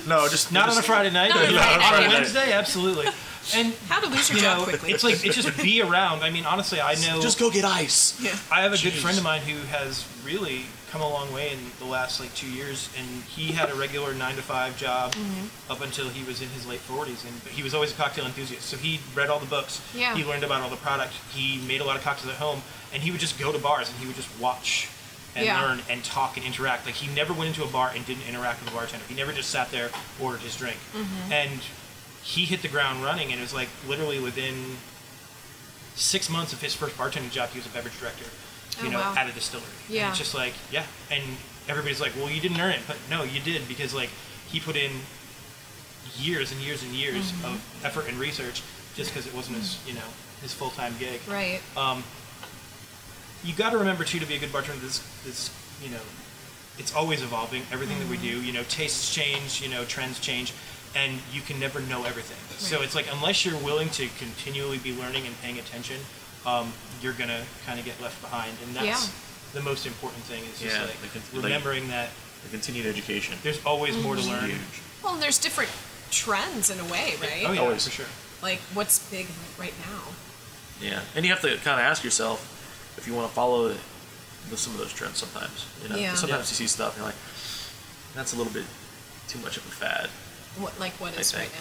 [SPEAKER 2] no, just
[SPEAKER 3] Not
[SPEAKER 2] just-
[SPEAKER 3] on a Friday night,
[SPEAKER 1] Not on a
[SPEAKER 3] but
[SPEAKER 1] Friday
[SPEAKER 3] on
[SPEAKER 1] night.
[SPEAKER 3] a Wednesday, absolutely. And,
[SPEAKER 1] how to lose your
[SPEAKER 3] you
[SPEAKER 1] job
[SPEAKER 3] know,
[SPEAKER 1] quickly?
[SPEAKER 3] it's like, it's just be around. I mean, honestly, I know.
[SPEAKER 2] Just go get ice.
[SPEAKER 1] yeah.
[SPEAKER 3] I have a good
[SPEAKER 2] Jeez.
[SPEAKER 3] friend of mine who has really come a long way in the last like two years, and he had a regular nine to five job
[SPEAKER 1] Mm-hmm.
[SPEAKER 3] up until he was in his late forties, and but he was always a cocktail enthusiast. So he read all the books,
[SPEAKER 1] Yeah.
[SPEAKER 3] he learned about all the product, he made a lot of cocktails at home, and he would just go to bars and he would just watch and
[SPEAKER 1] Yeah.
[SPEAKER 3] learn and talk and interact. Like he never went into a bar and didn't interact with a bartender. He never just sat there, ordered his drink,
[SPEAKER 1] Mm-hmm.
[SPEAKER 3] and he hit the ground running. And it was like literally within six months of his first bartending job, he was a beverage director, you
[SPEAKER 1] Oh,
[SPEAKER 3] know,
[SPEAKER 1] wow.
[SPEAKER 3] at a distillery. And
[SPEAKER 1] Yeah.
[SPEAKER 3] it's just like, yeah. And everybody's like, well, you didn't earn it. But no, you did
[SPEAKER 1] Mm-hmm.
[SPEAKER 3] because, like, he put in years and years and years of effort and research just because it wasn't his, you know, his full time gig.
[SPEAKER 1] Right.
[SPEAKER 3] Um, you got to remember too to be a good bartender. This, this, you know, it's always evolving. Everything that
[SPEAKER 1] Mm-hmm.
[SPEAKER 3] we do, you know, tastes change, you know, trends change, and you can never know everything. So
[SPEAKER 1] Right.
[SPEAKER 3] it's like unless you're willing to continually be learning and paying attention, um, you're gonna kind of get left behind, and that's
[SPEAKER 1] Yeah.
[SPEAKER 3] the most important thing. Is just
[SPEAKER 2] Yeah,
[SPEAKER 3] like
[SPEAKER 2] like it's- like-
[SPEAKER 3] remembering that
[SPEAKER 2] The continued education.
[SPEAKER 3] there's always more to
[SPEAKER 1] Mm-hmm.
[SPEAKER 2] is
[SPEAKER 3] learn.
[SPEAKER 2] huge.
[SPEAKER 1] Well, and there's different trends in a way, right?
[SPEAKER 3] Oh yeah,
[SPEAKER 2] Always.
[SPEAKER 3] for sure.
[SPEAKER 1] Like what's big right now.
[SPEAKER 2] Yeah, and you have to kind of ask yourself if you want to follow the, some of those trends sometimes. You know,
[SPEAKER 1] Yeah.
[SPEAKER 2] sometimes
[SPEAKER 3] Yeah.
[SPEAKER 2] you see stuff and you're like, that's a little bit too much of a fad.
[SPEAKER 1] What like what
[SPEAKER 2] I
[SPEAKER 1] is right
[SPEAKER 2] think.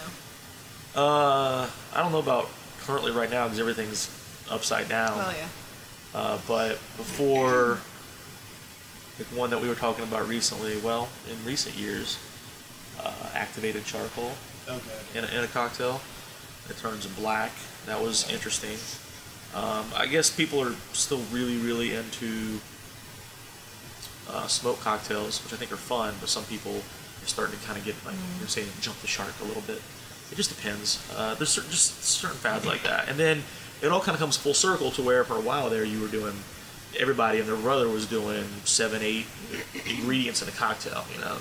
[SPEAKER 1] now?
[SPEAKER 2] Uh, I don't know about currently right now because everything's upside down.
[SPEAKER 1] Well, Oh, yeah.
[SPEAKER 2] Uh, but before the one that we were talking about recently, well, in recent years, uh, activated charcoal
[SPEAKER 3] Okay.
[SPEAKER 2] in a, in a cocktail. It turns black. That was interesting. Um, I guess people are still really, really into uh, smoke cocktails, which I think are fun, but some people are starting to kind of get, like you're saying, jump the shark a little bit. It just depends. Uh, there's certain, just certain fads like that. And then it all kind of comes full circle to where for a while there you were doing, everybody and their brother was doing seven, eight ingredients in a cocktail, you know?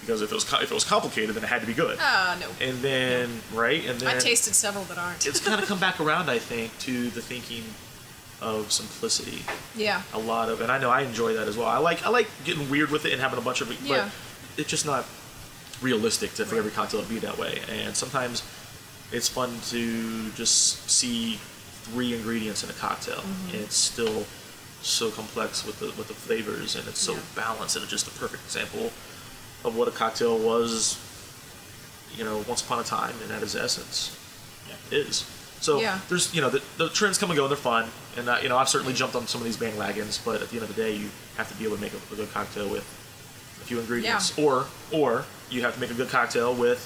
[SPEAKER 2] Because if it was co- if it was complicated, then it had to be good
[SPEAKER 1] Uh no.
[SPEAKER 2] and then right and then
[SPEAKER 1] I've tasted several that aren't.
[SPEAKER 2] it's kind of come back around i think to the thinking of simplicity
[SPEAKER 1] yeah.
[SPEAKER 2] a lot of and i know i enjoy that as well i like i like getting weird with it and having a bunch of it
[SPEAKER 1] Yeah.
[SPEAKER 2] but it's just not realistic to, for every cocktail to be that way and sometimes it's fun to just see three ingredients in a cocktail
[SPEAKER 1] Mm-hmm.
[SPEAKER 2] and it's still so complex with the with the flavors and it's so
[SPEAKER 1] Yeah.
[SPEAKER 2] balanced and it's just a perfect example of what a cocktail was you know once upon a time and at its essence is so
[SPEAKER 1] Yeah.
[SPEAKER 2] there's you know the, the trends come and go and they're fun and uh, you know I've certainly jumped on some of these bandwagons but at the end of the day you have to be able to make a, a good cocktail with a few ingredients or or you have to make a good cocktail with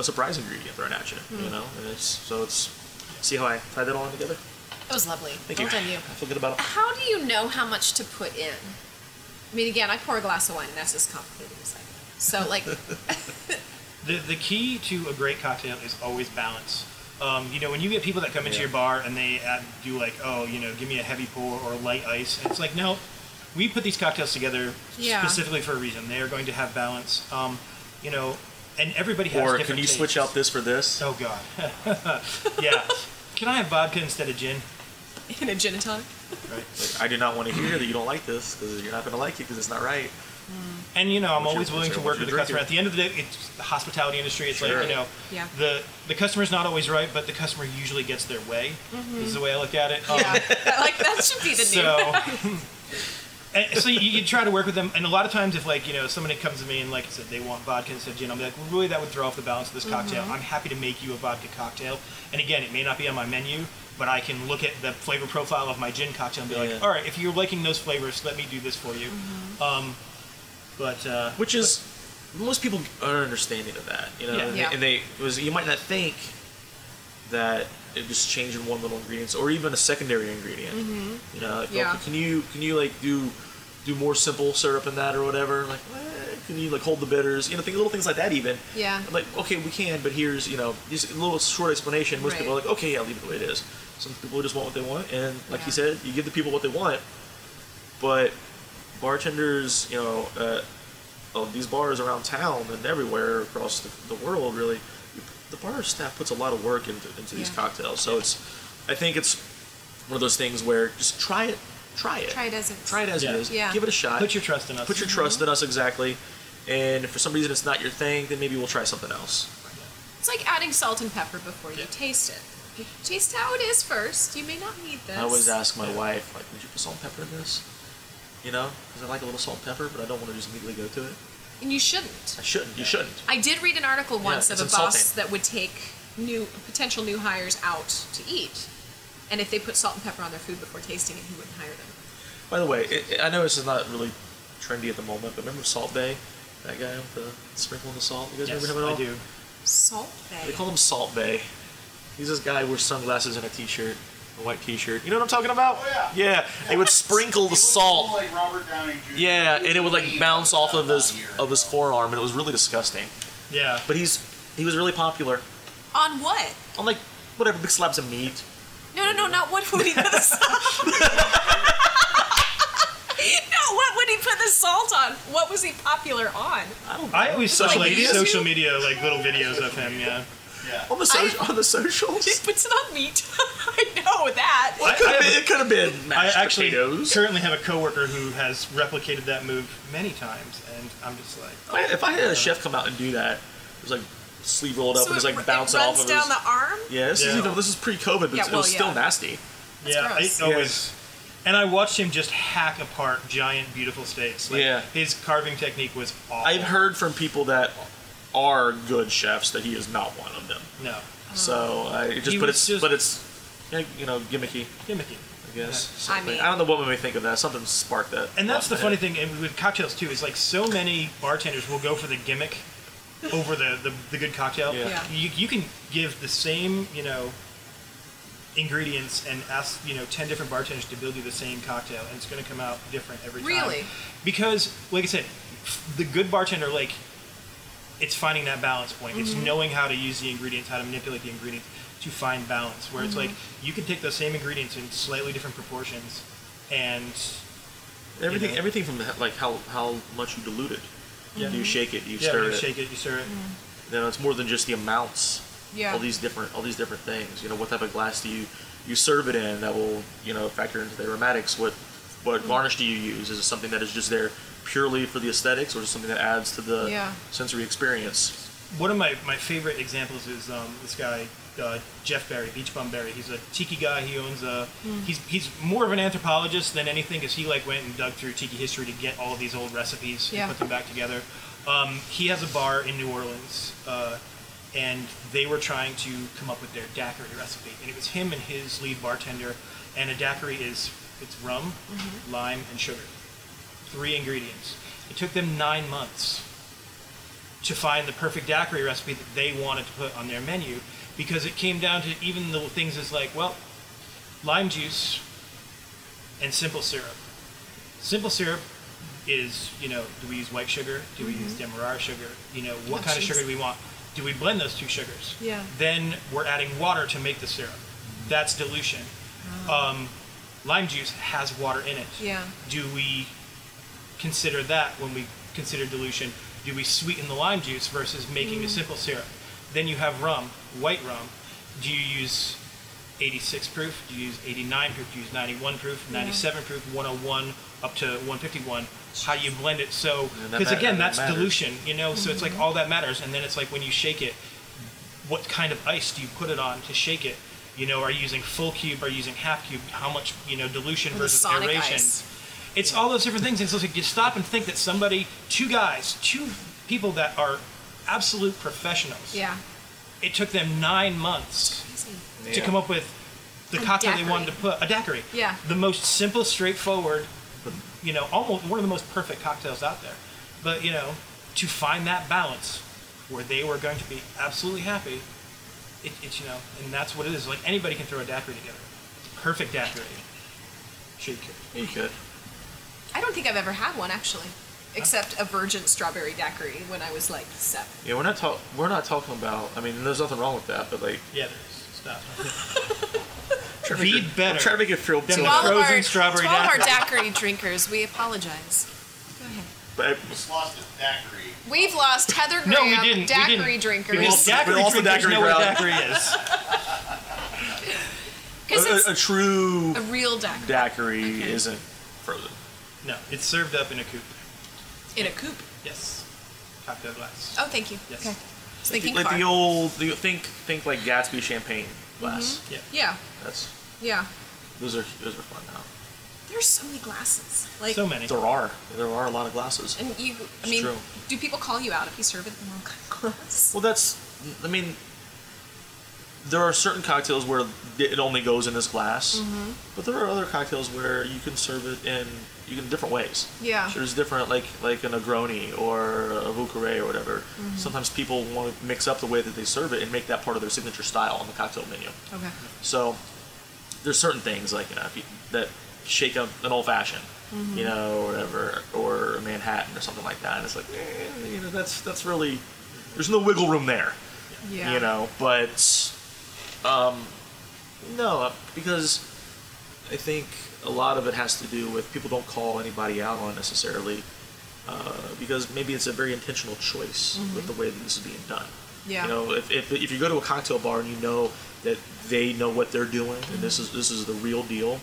[SPEAKER 2] a surprise ingredient thrown at you
[SPEAKER 1] Hmm.
[SPEAKER 2] you know and it's so it's see how I tie that all in together
[SPEAKER 1] It was lovely.
[SPEAKER 2] thank
[SPEAKER 1] well
[SPEAKER 2] you
[SPEAKER 1] done you.
[SPEAKER 2] I feel good about it
[SPEAKER 1] How do you know how much to put in? I mean, again, I pour a glass of wine, and that's as complicated as I know. So, like,
[SPEAKER 3] The, the key to a great cocktail is always balance. Um, you know, when you get people that come into
[SPEAKER 2] Yeah.
[SPEAKER 3] your bar and they add, do like, oh, you know, give me a heavy pour or a light ice, and it's like, no, we put these cocktails together
[SPEAKER 1] Yeah.
[SPEAKER 3] specifically for a reason. They are going to have balance. Um, you know, and everybody has.
[SPEAKER 2] or
[SPEAKER 3] different
[SPEAKER 2] can you
[SPEAKER 3] tastes.
[SPEAKER 2] switch out this for this
[SPEAKER 3] Oh God. yeah. Can I have vodka instead of gin?
[SPEAKER 1] in a gin and tonic.
[SPEAKER 3] Right.
[SPEAKER 2] like, I do not want to hear that you don't like this because you're not going to like it because it's not right
[SPEAKER 3] And you know, I'm
[SPEAKER 2] What's your-
[SPEAKER 3] always willing
[SPEAKER 2] what's
[SPEAKER 3] to
[SPEAKER 2] your-
[SPEAKER 3] work
[SPEAKER 2] what's
[SPEAKER 3] with the
[SPEAKER 2] your
[SPEAKER 3] customer.
[SPEAKER 2] drinking?
[SPEAKER 3] At the end of the day, it's the hospitality industry. It's
[SPEAKER 2] Sure.
[SPEAKER 3] like you know,
[SPEAKER 1] Yeah.
[SPEAKER 3] the the customer's not always right, but the customer usually gets their way. Is the way I look at it. Um,
[SPEAKER 1] Mm-hmm. Yeah. That- like, that should be the new.
[SPEAKER 3] so and so you, you try to work with them and a lot of times if like you know somebody comes to me and like I said they want vodka instead of gin i'll be like well really that would throw off the balance of this cocktail
[SPEAKER 1] Mm-hmm.
[SPEAKER 3] i'm happy to make you a vodka cocktail and again it may not be on my menu but i can look at the flavor profile of my gin cocktail and be
[SPEAKER 2] Yeah.
[SPEAKER 3] like all right if you're liking those flavors let me do this for you
[SPEAKER 1] Mm-hmm.
[SPEAKER 3] um, but uh,
[SPEAKER 2] which is most people are understanding of that, you know.
[SPEAKER 3] Yeah.
[SPEAKER 2] And,
[SPEAKER 1] Yeah.
[SPEAKER 2] They, and they it was you might not think that it just changing one little ingredient or even a secondary ingredient. You know, like,
[SPEAKER 1] Mm-hmm. Yeah.
[SPEAKER 2] oh, can you can you like do do more simple syrup in that or whatever? Like, eh, can you like hold the bitters? You know, think little things like that even.
[SPEAKER 1] Yeah.
[SPEAKER 2] I'm like, okay, we can, but here's you know just a little short explanation. Most
[SPEAKER 1] Right.
[SPEAKER 2] people are like, okay, I'll leave it the way it is. Some people just want what they want, and like
[SPEAKER 1] Yeah.
[SPEAKER 2] you said, you give the people what they want, but bartenders, you know, uh, of these bars around town and everywhere across the, the world, really, the bar staff puts a lot of work into, into these
[SPEAKER 1] Yeah.
[SPEAKER 2] cocktails. So it's, I think it's one of those things where just try it, try it,
[SPEAKER 1] Try it as it's.
[SPEAKER 2] Try it as
[SPEAKER 3] Yeah.
[SPEAKER 2] it is,
[SPEAKER 1] Yeah.
[SPEAKER 2] give it a shot,
[SPEAKER 3] put your trust in us
[SPEAKER 2] Put your trust in us exactly, and if for some reason it's not your thing, then maybe we'll try something else.
[SPEAKER 1] It's like adding salt and pepper before you taste it. You Taste how it is first. You may not need this.
[SPEAKER 2] I always ask my wife, like, would you put salt and pepper in this? You know, because I like a little salt and pepper, but I don't want to just immediately go to it.
[SPEAKER 1] And you shouldn't.
[SPEAKER 2] I shouldn't. You shouldn't.
[SPEAKER 1] I did read an article once
[SPEAKER 2] it's
[SPEAKER 1] of a boss
[SPEAKER 2] insulting.
[SPEAKER 1] that would take new potential new hires out to eat, and if they put salt and pepper on their food before tasting it, he wouldn't hire them.
[SPEAKER 2] By the way, it, it- I know this is not really trendy at the moment, but remember Salt Bay? That guy with the sprinkling the salt? You guys
[SPEAKER 3] yes,
[SPEAKER 2] remember him at
[SPEAKER 3] i
[SPEAKER 2] all?
[SPEAKER 3] do
[SPEAKER 1] Salt
[SPEAKER 2] They
[SPEAKER 1] Bay.
[SPEAKER 2] call him Salt Bay. He's this guy who wears sunglasses and a t-shirt, a white t-shirt. You know what I'm talking about?
[SPEAKER 4] Oh, yeah.
[SPEAKER 2] Yeah. They would sprinkle the salt.
[SPEAKER 4] Like Robert Downey Jr.
[SPEAKER 2] Yeah, and it would like bounce off of his of his forearm, and it was really disgusting.
[SPEAKER 3] yeah
[SPEAKER 2] But he's he was really popular
[SPEAKER 1] On what?
[SPEAKER 2] on like whatever, big slabs of meat.
[SPEAKER 1] No, no, no, not what would he put the salt? no, what would he put the salt on? What was he popular on?
[SPEAKER 2] I don't.
[SPEAKER 3] I always saw
[SPEAKER 2] Social
[SPEAKER 3] like
[SPEAKER 2] media?
[SPEAKER 3] social media, like little videos of him. Yeah,
[SPEAKER 4] Yeah.
[SPEAKER 2] on the
[SPEAKER 1] I-
[SPEAKER 2] so- on the
[SPEAKER 1] He
[SPEAKER 2] socials.
[SPEAKER 1] puts it on meat. I know that.
[SPEAKER 2] It could
[SPEAKER 3] I-
[SPEAKER 2] have
[SPEAKER 3] I have
[SPEAKER 2] been.
[SPEAKER 3] a-
[SPEAKER 2] It could have been
[SPEAKER 3] I
[SPEAKER 2] mashed
[SPEAKER 3] actually
[SPEAKER 2] potatoes.
[SPEAKER 3] currently have a coworker who has replicated that move many times, and I'm just like,
[SPEAKER 2] If I- If I had a chef come out and do that, it was like sleeve rolled up
[SPEAKER 1] So
[SPEAKER 2] and it's
[SPEAKER 1] it,
[SPEAKER 2] like
[SPEAKER 1] it
[SPEAKER 2] bouncing
[SPEAKER 1] runs
[SPEAKER 2] off of
[SPEAKER 1] down
[SPEAKER 2] his.
[SPEAKER 1] the arm.
[SPEAKER 2] yeah, this is
[SPEAKER 3] Yeah.
[SPEAKER 2] even this is pre-COVID, but
[SPEAKER 1] Yeah,
[SPEAKER 2] it was
[SPEAKER 1] well,
[SPEAKER 2] still
[SPEAKER 1] yeah.
[SPEAKER 2] nasty.
[SPEAKER 3] yeah,
[SPEAKER 1] gross.
[SPEAKER 3] I always. And I watched him just hack apart giant, beautiful steaks. Like,
[SPEAKER 2] Yeah.
[SPEAKER 3] his carving technique was awful.
[SPEAKER 2] I've heard from people that are good chefs that he is not one of them.
[SPEAKER 3] no
[SPEAKER 1] Mm-hmm.
[SPEAKER 2] So I it just,
[SPEAKER 3] He
[SPEAKER 2] but
[SPEAKER 3] was
[SPEAKER 2] it's
[SPEAKER 3] just-
[SPEAKER 2] but it's yeah, you know gimmicky.
[SPEAKER 3] gimmicky.
[SPEAKER 2] I guess.
[SPEAKER 1] Yeah. I
[SPEAKER 2] Something.
[SPEAKER 1] mean-
[SPEAKER 2] I don't know what made me think of that. Something sparked that.
[SPEAKER 3] And that's
[SPEAKER 2] off
[SPEAKER 3] the
[SPEAKER 2] my
[SPEAKER 3] funny
[SPEAKER 2] head.
[SPEAKER 3] thing, and with cocktails too, is like so many bartenders will go for the gimmick over the, the, the good cocktail.
[SPEAKER 2] Yeah.
[SPEAKER 1] Yeah.
[SPEAKER 3] You, you can give the same, you know, ingredients and ask, you know, 10 different bartenders to build you the same cocktail, and it's going to come out different every time.
[SPEAKER 1] Really?
[SPEAKER 3] Because, like I said, the good bartender, like, it's finding that balance point. It's knowing how to use the ingredients, how to manipulate the ingredients to find balance. Where it's like you can take those same ingredients in slightly different proportions, and
[SPEAKER 2] Everything,
[SPEAKER 3] you know?
[SPEAKER 2] everything from the, like how how much you dilute it.
[SPEAKER 3] Yeah.
[SPEAKER 2] Do you shake it? Do you
[SPEAKER 3] Yeah,
[SPEAKER 2] stir
[SPEAKER 3] you
[SPEAKER 2] it?
[SPEAKER 3] shake it, you stir it.
[SPEAKER 2] You know, it's more than just the amounts.
[SPEAKER 1] Yeah.
[SPEAKER 2] All these different, all these different things. You know, what type of glass do you you serve it in? That will you know factor into the aromatics. What
[SPEAKER 1] Mm.
[SPEAKER 2] what garnish do you use? Is it something that is just there purely for the aesthetics, or is it something that adds to the
[SPEAKER 1] Yeah.
[SPEAKER 2] sensory experience?
[SPEAKER 3] One of my, my favorite examples is um, this guy, uh, Jeff Berry, Beach Bum Berry. He's a tiki guy. He owns a. He's, he's more of an anthropologist than anything because he like went and dug through tiki history to get all of these old recipes
[SPEAKER 1] Yeah.
[SPEAKER 3] and put them back together. Um, he has a bar in New Orleans, uh, and they were trying to come up with their daiquiri recipe. And it was him and his lead bartender. And a daiquiri is it's rum, lime, and sugar. Three ingredients. It took them nine months to find the perfect daiquiri recipe that they wanted to put on their menu because it came down to even little things as like, well, lime juice and simple syrup. Simple syrup is, you know, do we use white sugar? Do we use
[SPEAKER 1] Mm-hmm.
[SPEAKER 3] demerara sugar? You know, what
[SPEAKER 1] Oh,
[SPEAKER 3] kind
[SPEAKER 1] jeez.
[SPEAKER 3] of sugar do we want? Do we blend those two sugars?
[SPEAKER 1] Yeah. Mm-hmm.
[SPEAKER 3] Then we're adding water to make the syrup. That's dilution. Um, lime juice has water in it.
[SPEAKER 1] Ah. Yeah.
[SPEAKER 3] Do we consider that when we consider dilution? Do we sweeten the lime juice versus making a
[SPEAKER 1] Mm.
[SPEAKER 3] simple syrup? Then you have rum, white rum. Do you use 86 proof? Do you use 89 proof? Do you use 91 proof? 97 proof? 101 up to 151? How do you blend it? So,
[SPEAKER 2] And that
[SPEAKER 3] because
[SPEAKER 2] ma-
[SPEAKER 3] again,
[SPEAKER 2] that
[SPEAKER 3] that's
[SPEAKER 2] matters.
[SPEAKER 3] dilution, you know. So it's like
[SPEAKER 1] Mm-hmm.
[SPEAKER 3] all that matters. And then it's like when you shake it, what kind of ice do you put it on to shake it? You know, are you using full cube? Are you using half cube? How much you know dilution
[SPEAKER 1] Or the
[SPEAKER 3] versus
[SPEAKER 1] Sonic
[SPEAKER 3] aeration?
[SPEAKER 1] ice.
[SPEAKER 3] It's all those different things. It's like you stop and think that somebody, two guys, two people that are absolute professionals.
[SPEAKER 1] Yeah.
[SPEAKER 3] It took them nine months
[SPEAKER 1] Crazy.
[SPEAKER 3] to come up with the
[SPEAKER 1] A
[SPEAKER 3] cocktail
[SPEAKER 1] daiquiri.
[SPEAKER 3] they wanted to put a daiquiri.
[SPEAKER 1] Yeah.
[SPEAKER 3] The most simple, straightforward, you know, almost one of the most perfect cocktails out there. But you know, to find that balance where they were going to be absolutely happy, it, it's you know, and that's what it is. Like anybody can throw a daiquiri together, perfect daiquiri. Sure you could.
[SPEAKER 2] You could.
[SPEAKER 1] I don't think I've ever had one actually, except a virgin strawberry daiquiri when I was like seven.
[SPEAKER 2] Yeah, we're not talk. We're not talking about. I mean, there's nothing wrong with that, but like,
[SPEAKER 3] Yeah, there's stuff.
[SPEAKER 2] try to
[SPEAKER 3] Be
[SPEAKER 2] make it-
[SPEAKER 3] better
[SPEAKER 2] I'm trying to make it feel.
[SPEAKER 3] than
[SPEAKER 2] so-
[SPEAKER 1] To
[SPEAKER 3] the
[SPEAKER 1] all of
[SPEAKER 3] frozen
[SPEAKER 1] our,
[SPEAKER 3] strawberry
[SPEAKER 1] to all of our daiquiri drinkers, we apologize. Go ahead.
[SPEAKER 2] but
[SPEAKER 4] Just lost his daiquiri.
[SPEAKER 1] We've lost Heather
[SPEAKER 3] No,
[SPEAKER 1] Graham,
[SPEAKER 3] we didn't.
[SPEAKER 1] daiquiri
[SPEAKER 3] we didn't.
[SPEAKER 1] drinkers.
[SPEAKER 3] Because
[SPEAKER 2] We lost- we
[SPEAKER 3] daiquiri
[SPEAKER 2] lost the
[SPEAKER 3] drinkers
[SPEAKER 2] daiquiri
[SPEAKER 3] know
[SPEAKER 2] crowd.
[SPEAKER 3] what daiquiri is.
[SPEAKER 1] 'Cause
[SPEAKER 2] a-
[SPEAKER 1] it's
[SPEAKER 2] a, a true
[SPEAKER 1] a real daiquiri
[SPEAKER 2] daiquiri
[SPEAKER 1] Okay.
[SPEAKER 2] isn't frozen.
[SPEAKER 3] No, it's served up in a coupe.
[SPEAKER 1] in a coupe.
[SPEAKER 3] Yes. Cocktail glass.
[SPEAKER 1] Oh, thank you.
[SPEAKER 3] Yes.
[SPEAKER 1] Okay. It's thinking
[SPEAKER 2] like
[SPEAKER 1] car.
[SPEAKER 2] the old the, think think like Gatsby champagne glass.
[SPEAKER 1] Oh.
[SPEAKER 3] Yeah.
[SPEAKER 1] yeah,
[SPEAKER 2] That's
[SPEAKER 1] yeah.
[SPEAKER 2] those are those are fun now.
[SPEAKER 1] There's so many glasses. Like,
[SPEAKER 3] so many.
[SPEAKER 2] There are there are a lot of glasses.
[SPEAKER 1] and you. I
[SPEAKER 2] It's
[SPEAKER 1] mean,
[SPEAKER 2] true.
[SPEAKER 1] do people call you out if you serve it in the wrong kind of glass?
[SPEAKER 2] Well, that's I mean there are certain cocktails where it only goes in this glass, but there are other cocktails where you can serve it in you can different ways.
[SPEAKER 1] Yeah.
[SPEAKER 2] So there's different like like a Negroni or a Vucare or whatever. Sometimes people want to mix up the way that they serve it and make that part of their signature style on the cocktail menu.
[SPEAKER 1] Okay.
[SPEAKER 2] So there's certain things like you know if you, that shake up an old fashioned, you know, or whatever, or a Manhattan or something like that. And it's like, eh, you know, that's that's really there's no wiggle room there,
[SPEAKER 1] Yeah.
[SPEAKER 2] you know. But um, No, uh, because I think a lot of it has to do with people don't call anybody out on it necessarily, uh, because maybe it's a very intentional choice with the way that this is being done.
[SPEAKER 1] Mm-hmm. Yeah.
[SPEAKER 2] You know, if, if, if you go to a cocktail bar and you know that they know what they're doing and this
[SPEAKER 1] Mm-hmm.
[SPEAKER 2] is this is the real deal,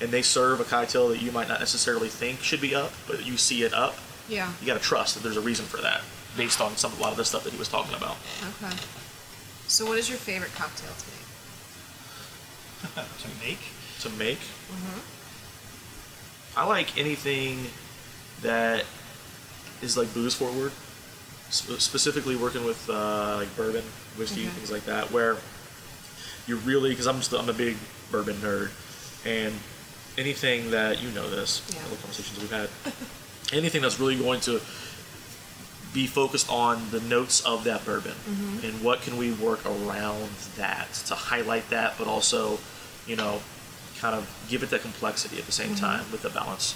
[SPEAKER 2] and they serve a cocktail that you might not necessarily think should be up, but you see it up,
[SPEAKER 1] Yeah.
[SPEAKER 2] you got to trust that there's a reason for that based on some a lot of the stuff that he was talking about.
[SPEAKER 1] Okay. So, what is your favorite cocktail today?
[SPEAKER 3] to make.
[SPEAKER 2] to make. I like anything that is like booze forward, sp- specifically working with uh, like bourbon, whiskey,
[SPEAKER 1] Okay.
[SPEAKER 2] things like that, where you really because I'm just, I'm a big bourbon nerd, and anything that you know this,
[SPEAKER 1] Yeah.
[SPEAKER 2] all the conversations we've had, anything that's really going to be focused on the notes of that bourbon
[SPEAKER 1] Mm-hmm.
[SPEAKER 2] and what can we work around that to highlight that, but also, you know, kind of give it that complexity at the same time with the balance.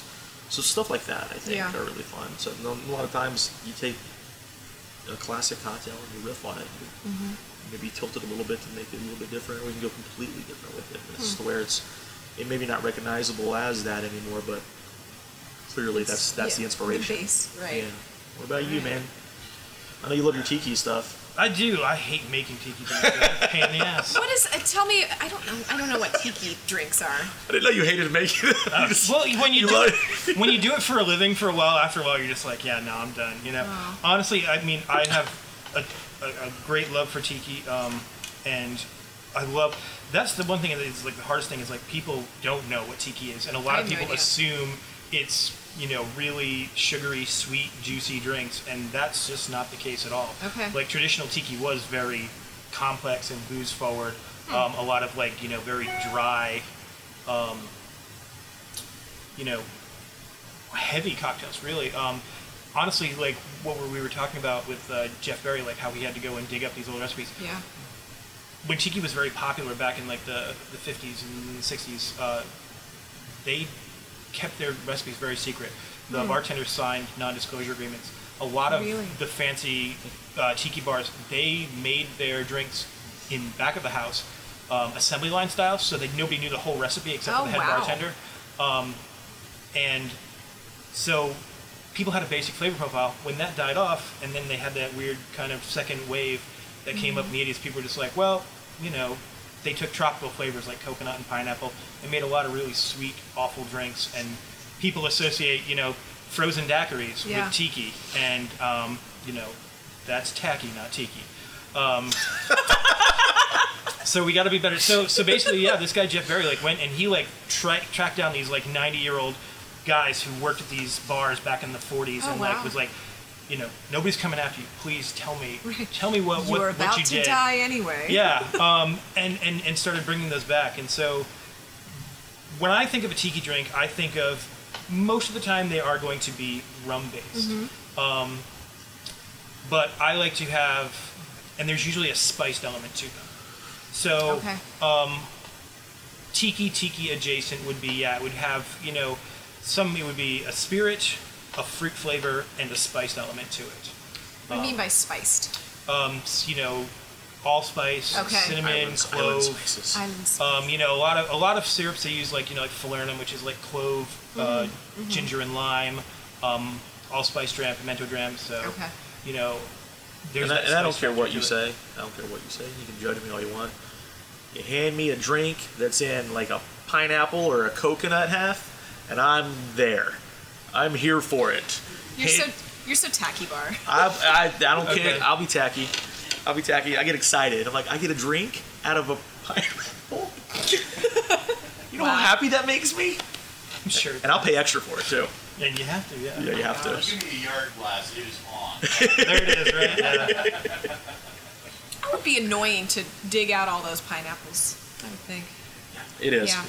[SPEAKER 2] So stuff like that, I think,
[SPEAKER 1] Mm-hmm. Yeah.
[SPEAKER 2] are really fun. So no- a lot of times you take a classic cocktail and you riff on it. You
[SPEAKER 1] Mm-hmm.
[SPEAKER 2] Maybe tilt it a little bit to make it a little bit different, or you can go completely different with it. And It's
[SPEAKER 1] Hmm.
[SPEAKER 2] to where it's it may be not recognizable as that anymore, but clearly that's that's the
[SPEAKER 1] Yeah,
[SPEAKER 2] inspiration.
[SPEAKER 1] The base, right?
[SPEAKER 2] Yeah. What about you, man? I know you love your tiki stuff.
[SPEAKER 3] I do. I hate making tiki drinks. Pain in the ass.
[SPEAKER 1] What is? Uh, tell me. I don't know. I don't know what tiki drinks are.
[SPEAKER 2] I didn't know you hated making it.
[SPEAKER 3] Well, when you,
[SPEAKER 2] You
[SPEAKER 3] do
[SPEAKER 2] love
[SPEAKER 3] it, when you do it for a living for a while, after a while, you're just like, yeah, no, I'm done. You know.
[SPEAKER 1] Oh.
[SPEAKER 3] Honestly, I mean, I have a, a, a great love for tiki, um, and I love. That's the one thing that is like the hardest thing is like people don't know what tiki is, and a lot
[SPEAKER 1] I
[SPEAKER 3] of
[SPEAKER 1] have no
[SPEAKER 3] people
[SPEAKER 1] idea.
[SPEAKER 3] assume it's you know really sugary, sweet, juicy drinks, and that's just not the case at all.
[SPEAKER 1] Okay.
[SPEAKER 3] Like traditional tiki was very complex and booze forward.
[SPEAKER 1] Hmm.
[SPEAKER 3] Um, a lot of like you know very dry you know, heavy cocktails, really. Um, honestly, like what were, we were talking about with uh, Jeff Berry, like how he had to go and dig up these old recipes.
[SPEAKER 1] Yeah.
[SPEAKER 3] When tiki was very popular back in like the, the 50s and 60s, uh, they kept their recipes very secret. The bartenders signed non-disclosure agreements. A lot of
[SPEAKER 1] Hmm. Really?
[SPEAKER 3] the fancy uh, tiki bars, they made their drinks in back of the house, um, assembly line style, so that nobody knew the whole recipe except
[SPEAKER 1] Oh,
[SPEAKER 3] for the head
[SPEAKER 1] wow.
[SPEAKER 3] bartender. Um, and so people had a basic flavor profile. When that died off, and then they had that weird kind of second wave that came up in the 80s, people were just like, well, you know, they took tropical flavors like coconut and pineapple and made a lot of really sweet, awful drinks. And people associate, you know, frozen daiquiris
[SPEAKER 1] Yeah.
[SPEAKER 3] with tiki. And, um, you know, that's tacky, not tiki. Um, So we got to be better. So so basically, yeah, this guy Jeff Berry like went and he like tra- tracked down these like ninety year old guys who worked at these bars back in the forties
[SPEAKER 1] Oh,
[SPEAKER 3] and
[SPEAKER 1] wow.
[SPEAKER 3] like was like, you know, nobody's coming after you. Please tell me,
[SPEAKER 1] Right.
[SPEAKER 3] tell me what what,
[SPEAKER 1] You're
[SPEAKER 3] what
[SPEAKER 1] about
[SPEAKER 3] you
[SPEAKER 1] to
[SPEAKER 3] did.
[SPEAKER 1] die anyway.
[SPEAKER 3] Yeah, um, and and and started bringing those back. And so when I think of a tiki drink, I think of most of the time they are going to be rum based. Um,
[SPEAKER 1] Mm-hmm.
[SPEAKER 3] but I like to have, and there's usually a spiced element to them. So
[SPEAKER 1] Okay.
[SPEAKER 3] tiki tiki adjacent would be yeah it would have you know some it would be a spirit a fruit flavor and a spiced element to it
[SPEAKER 1] What do you mean by spiced?
[SPEAKER 3] um s- you know allspice
[SPEAKER 1] Okay.
[SPEAKER 3] cinnamon
[SPEAKER 2] Islands- island
[SPEAKER 3] clove
[SPEAKER 2] spices.
[SPEAKER 1] Island spice.
[SPEAKER 3] um, you know a lot of a lot of syrups they use like you know like falernum which is like clove uh,
[SPEAKER 1] Mm-hmm.
[SPEAKER 3] ginger and lime um, allspice dram pimento dram so
[SPEAKER 1] Okay.
[SPEAKER 3] you know there's
[SPEAKER 2] And I,
[SPEAKER 3] that
[SPEAKER 2] and I don't
[SPEAKER 3] spice
[SPEAKER 2] care
[SPEAKER 3] factor
[SPEAKER 2] what you
[SPEAKER 3] to it.
[SPEAKER 2] say. I don't care what you say. You can judge me all you want. You hand me a drink that's in like a pineapple or a coconut half, and I'm there. I'm here for it.
[SPEAKER 1] You're
[SPEAKER 2] Hey,
[SPEAKER 1] so you're so tacky bar.
[SPEAKER 2] I, I, I don't
[SPEAKER 3] Okay.
[SPEAKER 2] care. I'll be tacky. I'll be tacky. I get excited. I'm like, I get a drink out of a pineapple. you know
[SPEAKER 1] Wow.
[SPEAKER 2] how happy that makes me?
[SPEAKER 3] I'm sure
[SPEAKER 2] And I'll pay extra for it too.
[SPEAKER 3] and you have to yeah,
[SPEAKER 2] Yeah, you have
[SPEAKER 4] Uh,
[SPEAKER 2] to.
[SPEAKER 4] you need a yard glass. It is on.
[SPEAKER 3] there it is right yeah.
[SPEAKER 1] It would be annoying to dig out all those pineapples. I would think
[SPEAKER 2] It is.
[SPEAKER 1] Yeah.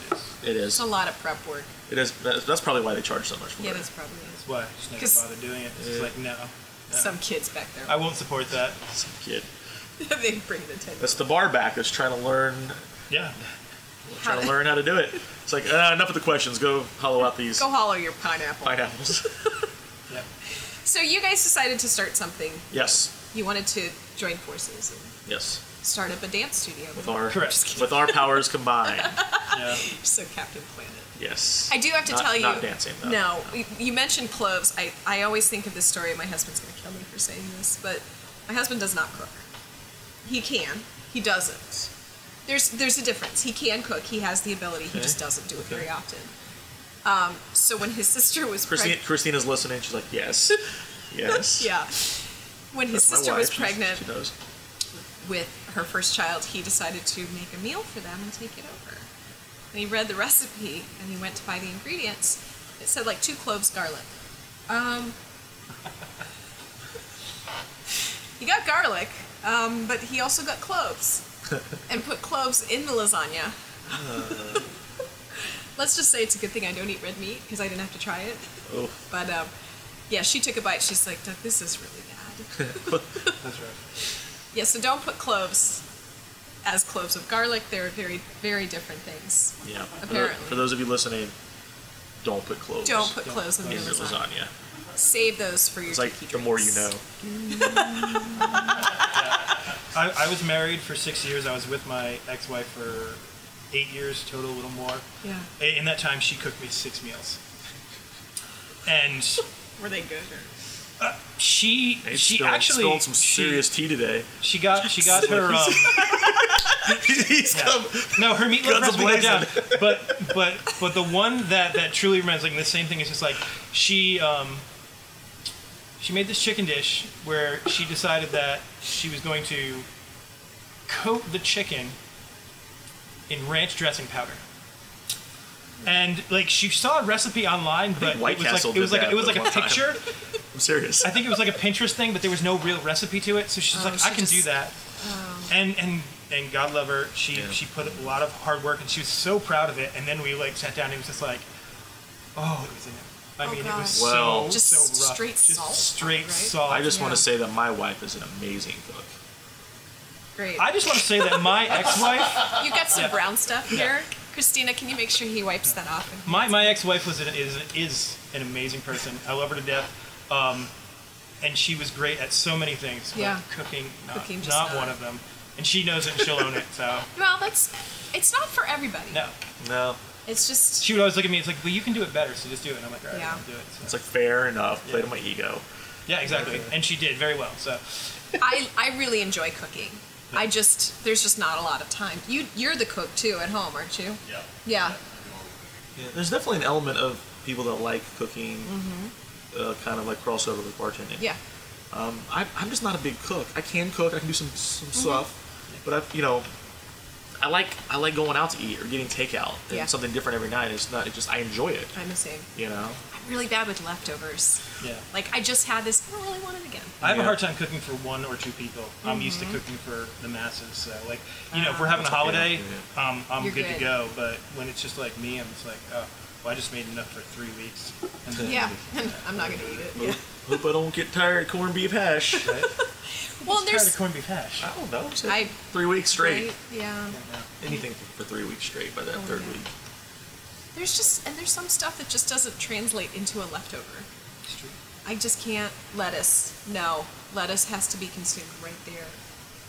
[SPEAKER 2] It
[SPEAKER 1] it's
[SPEAKER 2] is.
[SPEAKER 1] a lot of prep work.
[SPEAKER 2] It is. That's that's probably why they charge so much for
[SPEAKER 1] Yeah,
[SPEAKER 2] it.
[SPEAKER 1] that's probably it.
[SPEAKER 3] that's why I just never
[SPEAKER 1] 'Cause-
[SPEAKER 3] bother doing it it's just
[SPEAKER 2] Yeah.
[SPEAKER 3] like no
[SPEAKER 1] some kids back there.
[SPEAKER 3] I won't support that.
[SPEAKER 2] Kid.
[SPEAKER 1] they bring the ten.
[SPEAKER 2] That's the bar back that's trying to learn
[SPEAKER 3] Yeah.
[SPEAKER 2] trying to learn how to do it. It's like uh, enough of the questions. Go hollow out these
[SPEAKER 1] Go hollow your pineapple.
[SPEAKER 2] pineapples.
[SPEAKER 3] Yeah.
[SPEAKER 1] So you guys decided to start something.
[SPEAKER 2] yes,
[SPEAKER 1] You wanted to join forces. And
[SPEAKER 2] yes.
[SPEAKER 1] start up a dance studio.
[SPEAKER 2] with our
[SPEAKER 3] Correct.
[SPEAKER 1] Just kidding.
[SPEAKER 2] with our powers combined.
[SPEAKER 3] Yeah.
[SPEAKER 1] So Captain Planet.
[SPEAKER 2] Yes.
[SPEAKER 1] I do have to
[SPEAKER 2] Not-
[SPEAKER 1] tell you.
[SPEAKER 2] Not dancing though.
[SPEAKER 1] No, you- you mentioned cloves. I, I always think of this story. My husband's going to kill me for saying this, but my husband does not cook. He can. He doesn't. There's there's a difference. He can cook. He has the ability. He
[SPEAKER 2] Okay.
[SPEAKER 1] just doesn't do it
[SPEAKER 2] Okay.
[SPEAKER 1] very often. Um, so when his sister was
[SPEAKER 2] Christine,
[SPEAKER 1] pregnant,
[SPEAKER 2] Christina's listening. She's like, yes, yes.
[SPEAKER 1] yeah, when his
[SPEAKER 2] That's my
[SPEAKER 1] sister
[SPEAKER 2] wife.
[SPEAKER 1] was
[SPEAKER 2] She's-
[SPEAKER 1] pregnant
[SPEAKER 2] She knows.
[SPEAKER 1] with her first child, he decided to make a meal for them and take it over. And he read the recipe and he went to buy the ingredients. It said like two cloves garlic. Um, he got garlic, um, but he also got cloves and put cloves in the lasagna. Let's just say it's a good thing I don't eat red meat because I didn't have to try it.
[SPEAKER 2] Oh,
[SPEAKER 1] But um, yeah, she took a bite. She's like, Doug, this is really bad.
[SPEAKER 3] That's right.
[SPEAKER 1] Yeah, so don't put cloves as cloves of garlic. They're very, very different things.
[SPEAKER 2] yeah. For tho-
[SPEAKER 1] Apparently.
[SPEAKER 2] for those of you listening, don't put cloves.
[SPEAKER 1] Don't put
[SPEAKER 3] Don't
[SPEAKER 1] cloves in
[SPEAKER 2] in
[SPEAKER 1] your
[SPEAKER 2] your
[SPEAKER 1] lasagna.
[SPEAKER 2] lasagna.
[SPEAKER 1] Save those for your
[SPEAKER 2] It's like
[SPEAKER 1] tiki
[SPEAKER 2] the more you
[SPEAKER 1] drinks.
[SPEAKER 2] know.
[SPEAKER 3] I, I was married for six years. I was with my ex-wife for eight years total, a little more.
[SPEAKER 1] Yeah.
[SPEAKER 3] In in that time, she cooked me six meals, and
[SPEAKER 1] Were they good?
[SPEAKER 3] uh, she
[SPEAKER 2] Nate
[SPEAKER 3] she
[SPEAKER 2] spilled,
[SPEAKER 3] actually
[SPEAKER 2] spilled some
[SPEAKER 3] she-
[SPEAKER 2] serious tea today.
[SPEAKER 3] She got she got her um,
[SPEAKER 2] He's
[SPEAKER 3] yeah.
[SPEAKER 2] come.
[SPEAKER 3] no her meatloaf
[SPEAKER 2] Guns
[SPEAKER 3] recipe went down,
[SPEAKER 2] a-blazing.
[SPEAKER 3] but but but the one that that truly reminds like the same thing is just like she um she made this chicken dish where she decided that she was going to coat the chicken in ranch dressing powder. And like she saw a recipe online, but
[SPEAKER 2] White
[SPEAKER 3] it was
[SPEAKER 2] Castle
[SPEAKER 3] like it was
[SPEAKER 2] did
[SPEAKER 3] like
[SPEAKER 2] that
[SPEAKER 3] it was
[SPEAKER 2] at
[SPEAKER 3] like a
[SPEAKER 2] one time.
[SPEAKER 3] picture.
[SPEAKER 2] I'm serious.
[SPEAKER 3] I think it was like a Pinterest thing, but there was no real recipe to it. So she's
[SPEAKER 1] Oh,
[SPEAKER 3] like,
[SPEAKER 1] she
[SPEAKER 3] I can do
[SPEAKER 1] just- Oh.
[SPEAKER 3] that. And and and God love her. She
[SPEAKER 2] Yeah.
[SPEAKER 3] she put a lot of hard work, and she was so proud of it. And then we like sat down, and it was just like, oh, it was. In, I
[SPEAKER 1] Oh,
[SPEAKER 3] mean, it
[SPEAKER 1] God.
[SPEAKER 3] was
[SPEAKER 2] Well-
[SPEAKER 3] so
[SPEAKER 1] Just
[SPEAKER 3] so rough.
[SPEAKER 1] straight
[SPEAKER 3] just
[SPEAKER 1] salt,
[SPEAKER 3] straight
[SPEAKER 1] right?
[SPEAKER 3] salt.
[SPEAKER 2] I just want
[SPEAKER 1] Yeah.
[SPEAKER 2] to say that my wife is an amazing cook.
[SPEAKER 1] Great.
[SPEAKER 3] I just want to say that my ex-wife,
[SPEAKER 1] you got some
[SPEAKER 3] Yeah.
[SPEAKER 1] brown stuff
[SPEAKER 3] Yeah.
[SPEAKER 1] here. Christina, can you make sure he wipes that off? And-
[SPEAKER 3] my, my ex-wife was an, is is an amazing person. I love her to death, um, and she was great at so many things. but
[SPEAKER 1] Yeah.
[SPEAKER 3] cooking, not,
[SPEAKER 1] Cooking, just
[SPEAKER 3] not
[SPEAKER 1] not.
[SPEAKER 3] one of them. And she knows it. and She'll own it. So
[SPEAKER 1] well, that's. It's not for everybody.
[SPEAKER 3] no.
[SPEAKER 2] No,
[SPEAKER 1] It's just.
[SPEAKER 3] she would always look at me. It's like, well, you can do it better, so just do it. And I'm like, all right,
[SPEAKER 1] Yeah.
[SPEAKER 3] I'll do it.
[SPEAKER 2] it's
[SPEAKER 3] So.
[SPEAKER 2] like fair enough. Play
[SPEAKER 3] Yeah.
[SPEAKER 2] to my ego.
[SPEAKER 3] Yeah, exactly. And she did very well. So
[SPEAKER 1] I, I really enjoy cooking. I just there's just not a lot of time. You you're the cook too at home, aren't you?
[SPEAKER 4] Yeah.
[SPEAKER 1] Yeah.
[SPEAKER 2] Yeah, there's definitely an element of people that like cooking, uh, kind of like crossover with bartending.
[SPEAKER 1] Mm-hmm. Yeah.
[SPEAKER 2] Um, I, I'm just not a big cook. I can cook. I can do some some
[SPEAKER 1] Mm-hmm.
[SPEAKER 2] stuff, but I, you know, I like I like going out to eat or getting takeout and
[SPEAKER 1] Yeah.
[SPEAKER 2] something different every night. It's not. It just I enjoy it.
[SPEAKER 1] I'm the same.
[SPEAKER 2] You know.
[SPEAKER 1] I'm really bad with leftovers.
[SPEAKER 3] yeah,
[SPEAKER 1] Like I just had this. I don't really want it again.
[SPEAKER 3] I have
[SPEAKER 2] Yeah.
[SPEAKER 3] a hard time cooking for one or two people. I'm used
[SPEAKER 1] Mm-hmm.
[SPEAKER 3] to cooking for the masses. So like, you know, if we're having a
[SPEAKER 2] That's okay.
[SPEAKER 3] holiday,
[SPEAKER 2] Yeah.
[SPEAKER 3] um, I'm
[SPEAKER 1] Ah. You're
[SPEAKER 3] good,
[SPEAKER 1] good.
[SPEAKER 3] to go. But when it's just like me, I'm just like, oh, well, I just made enough for three weeks. And then,
[SPEAKER 1] Yeah, I'm not gonna eat it. Yeah.
[SPEAKER 2] Hope I don't get tired of corned beef hash.
[SPEAKER 3] Right?
[SPEAKER 1] Well,
[SPEAKER 3] It's tired
[SPEAKER 1] there's Ah.
[SPEAKER 3] of corned beef hash.
[SPEAKER 2] I don't know. say
[SPEAKER 1] I-
[SPEAKER 2] three weeks straight.
[SPEAKER 1] Right? Yeah.
[SPEAKER 2] Anything for three weeks straight by that
[SPEAKER 1] Oh,
[SPEAKER 2] third
[SPEAKER 1] yeah.
[SPEAKER 2] week.
[SPEAKER 1] There's just and there's some stuff that just doesn't translate into a leftover.
[SPEAKER 3] It's true.
[SPEAKER 1] I just can't lettuce. No, lettuce has to be consumed right there,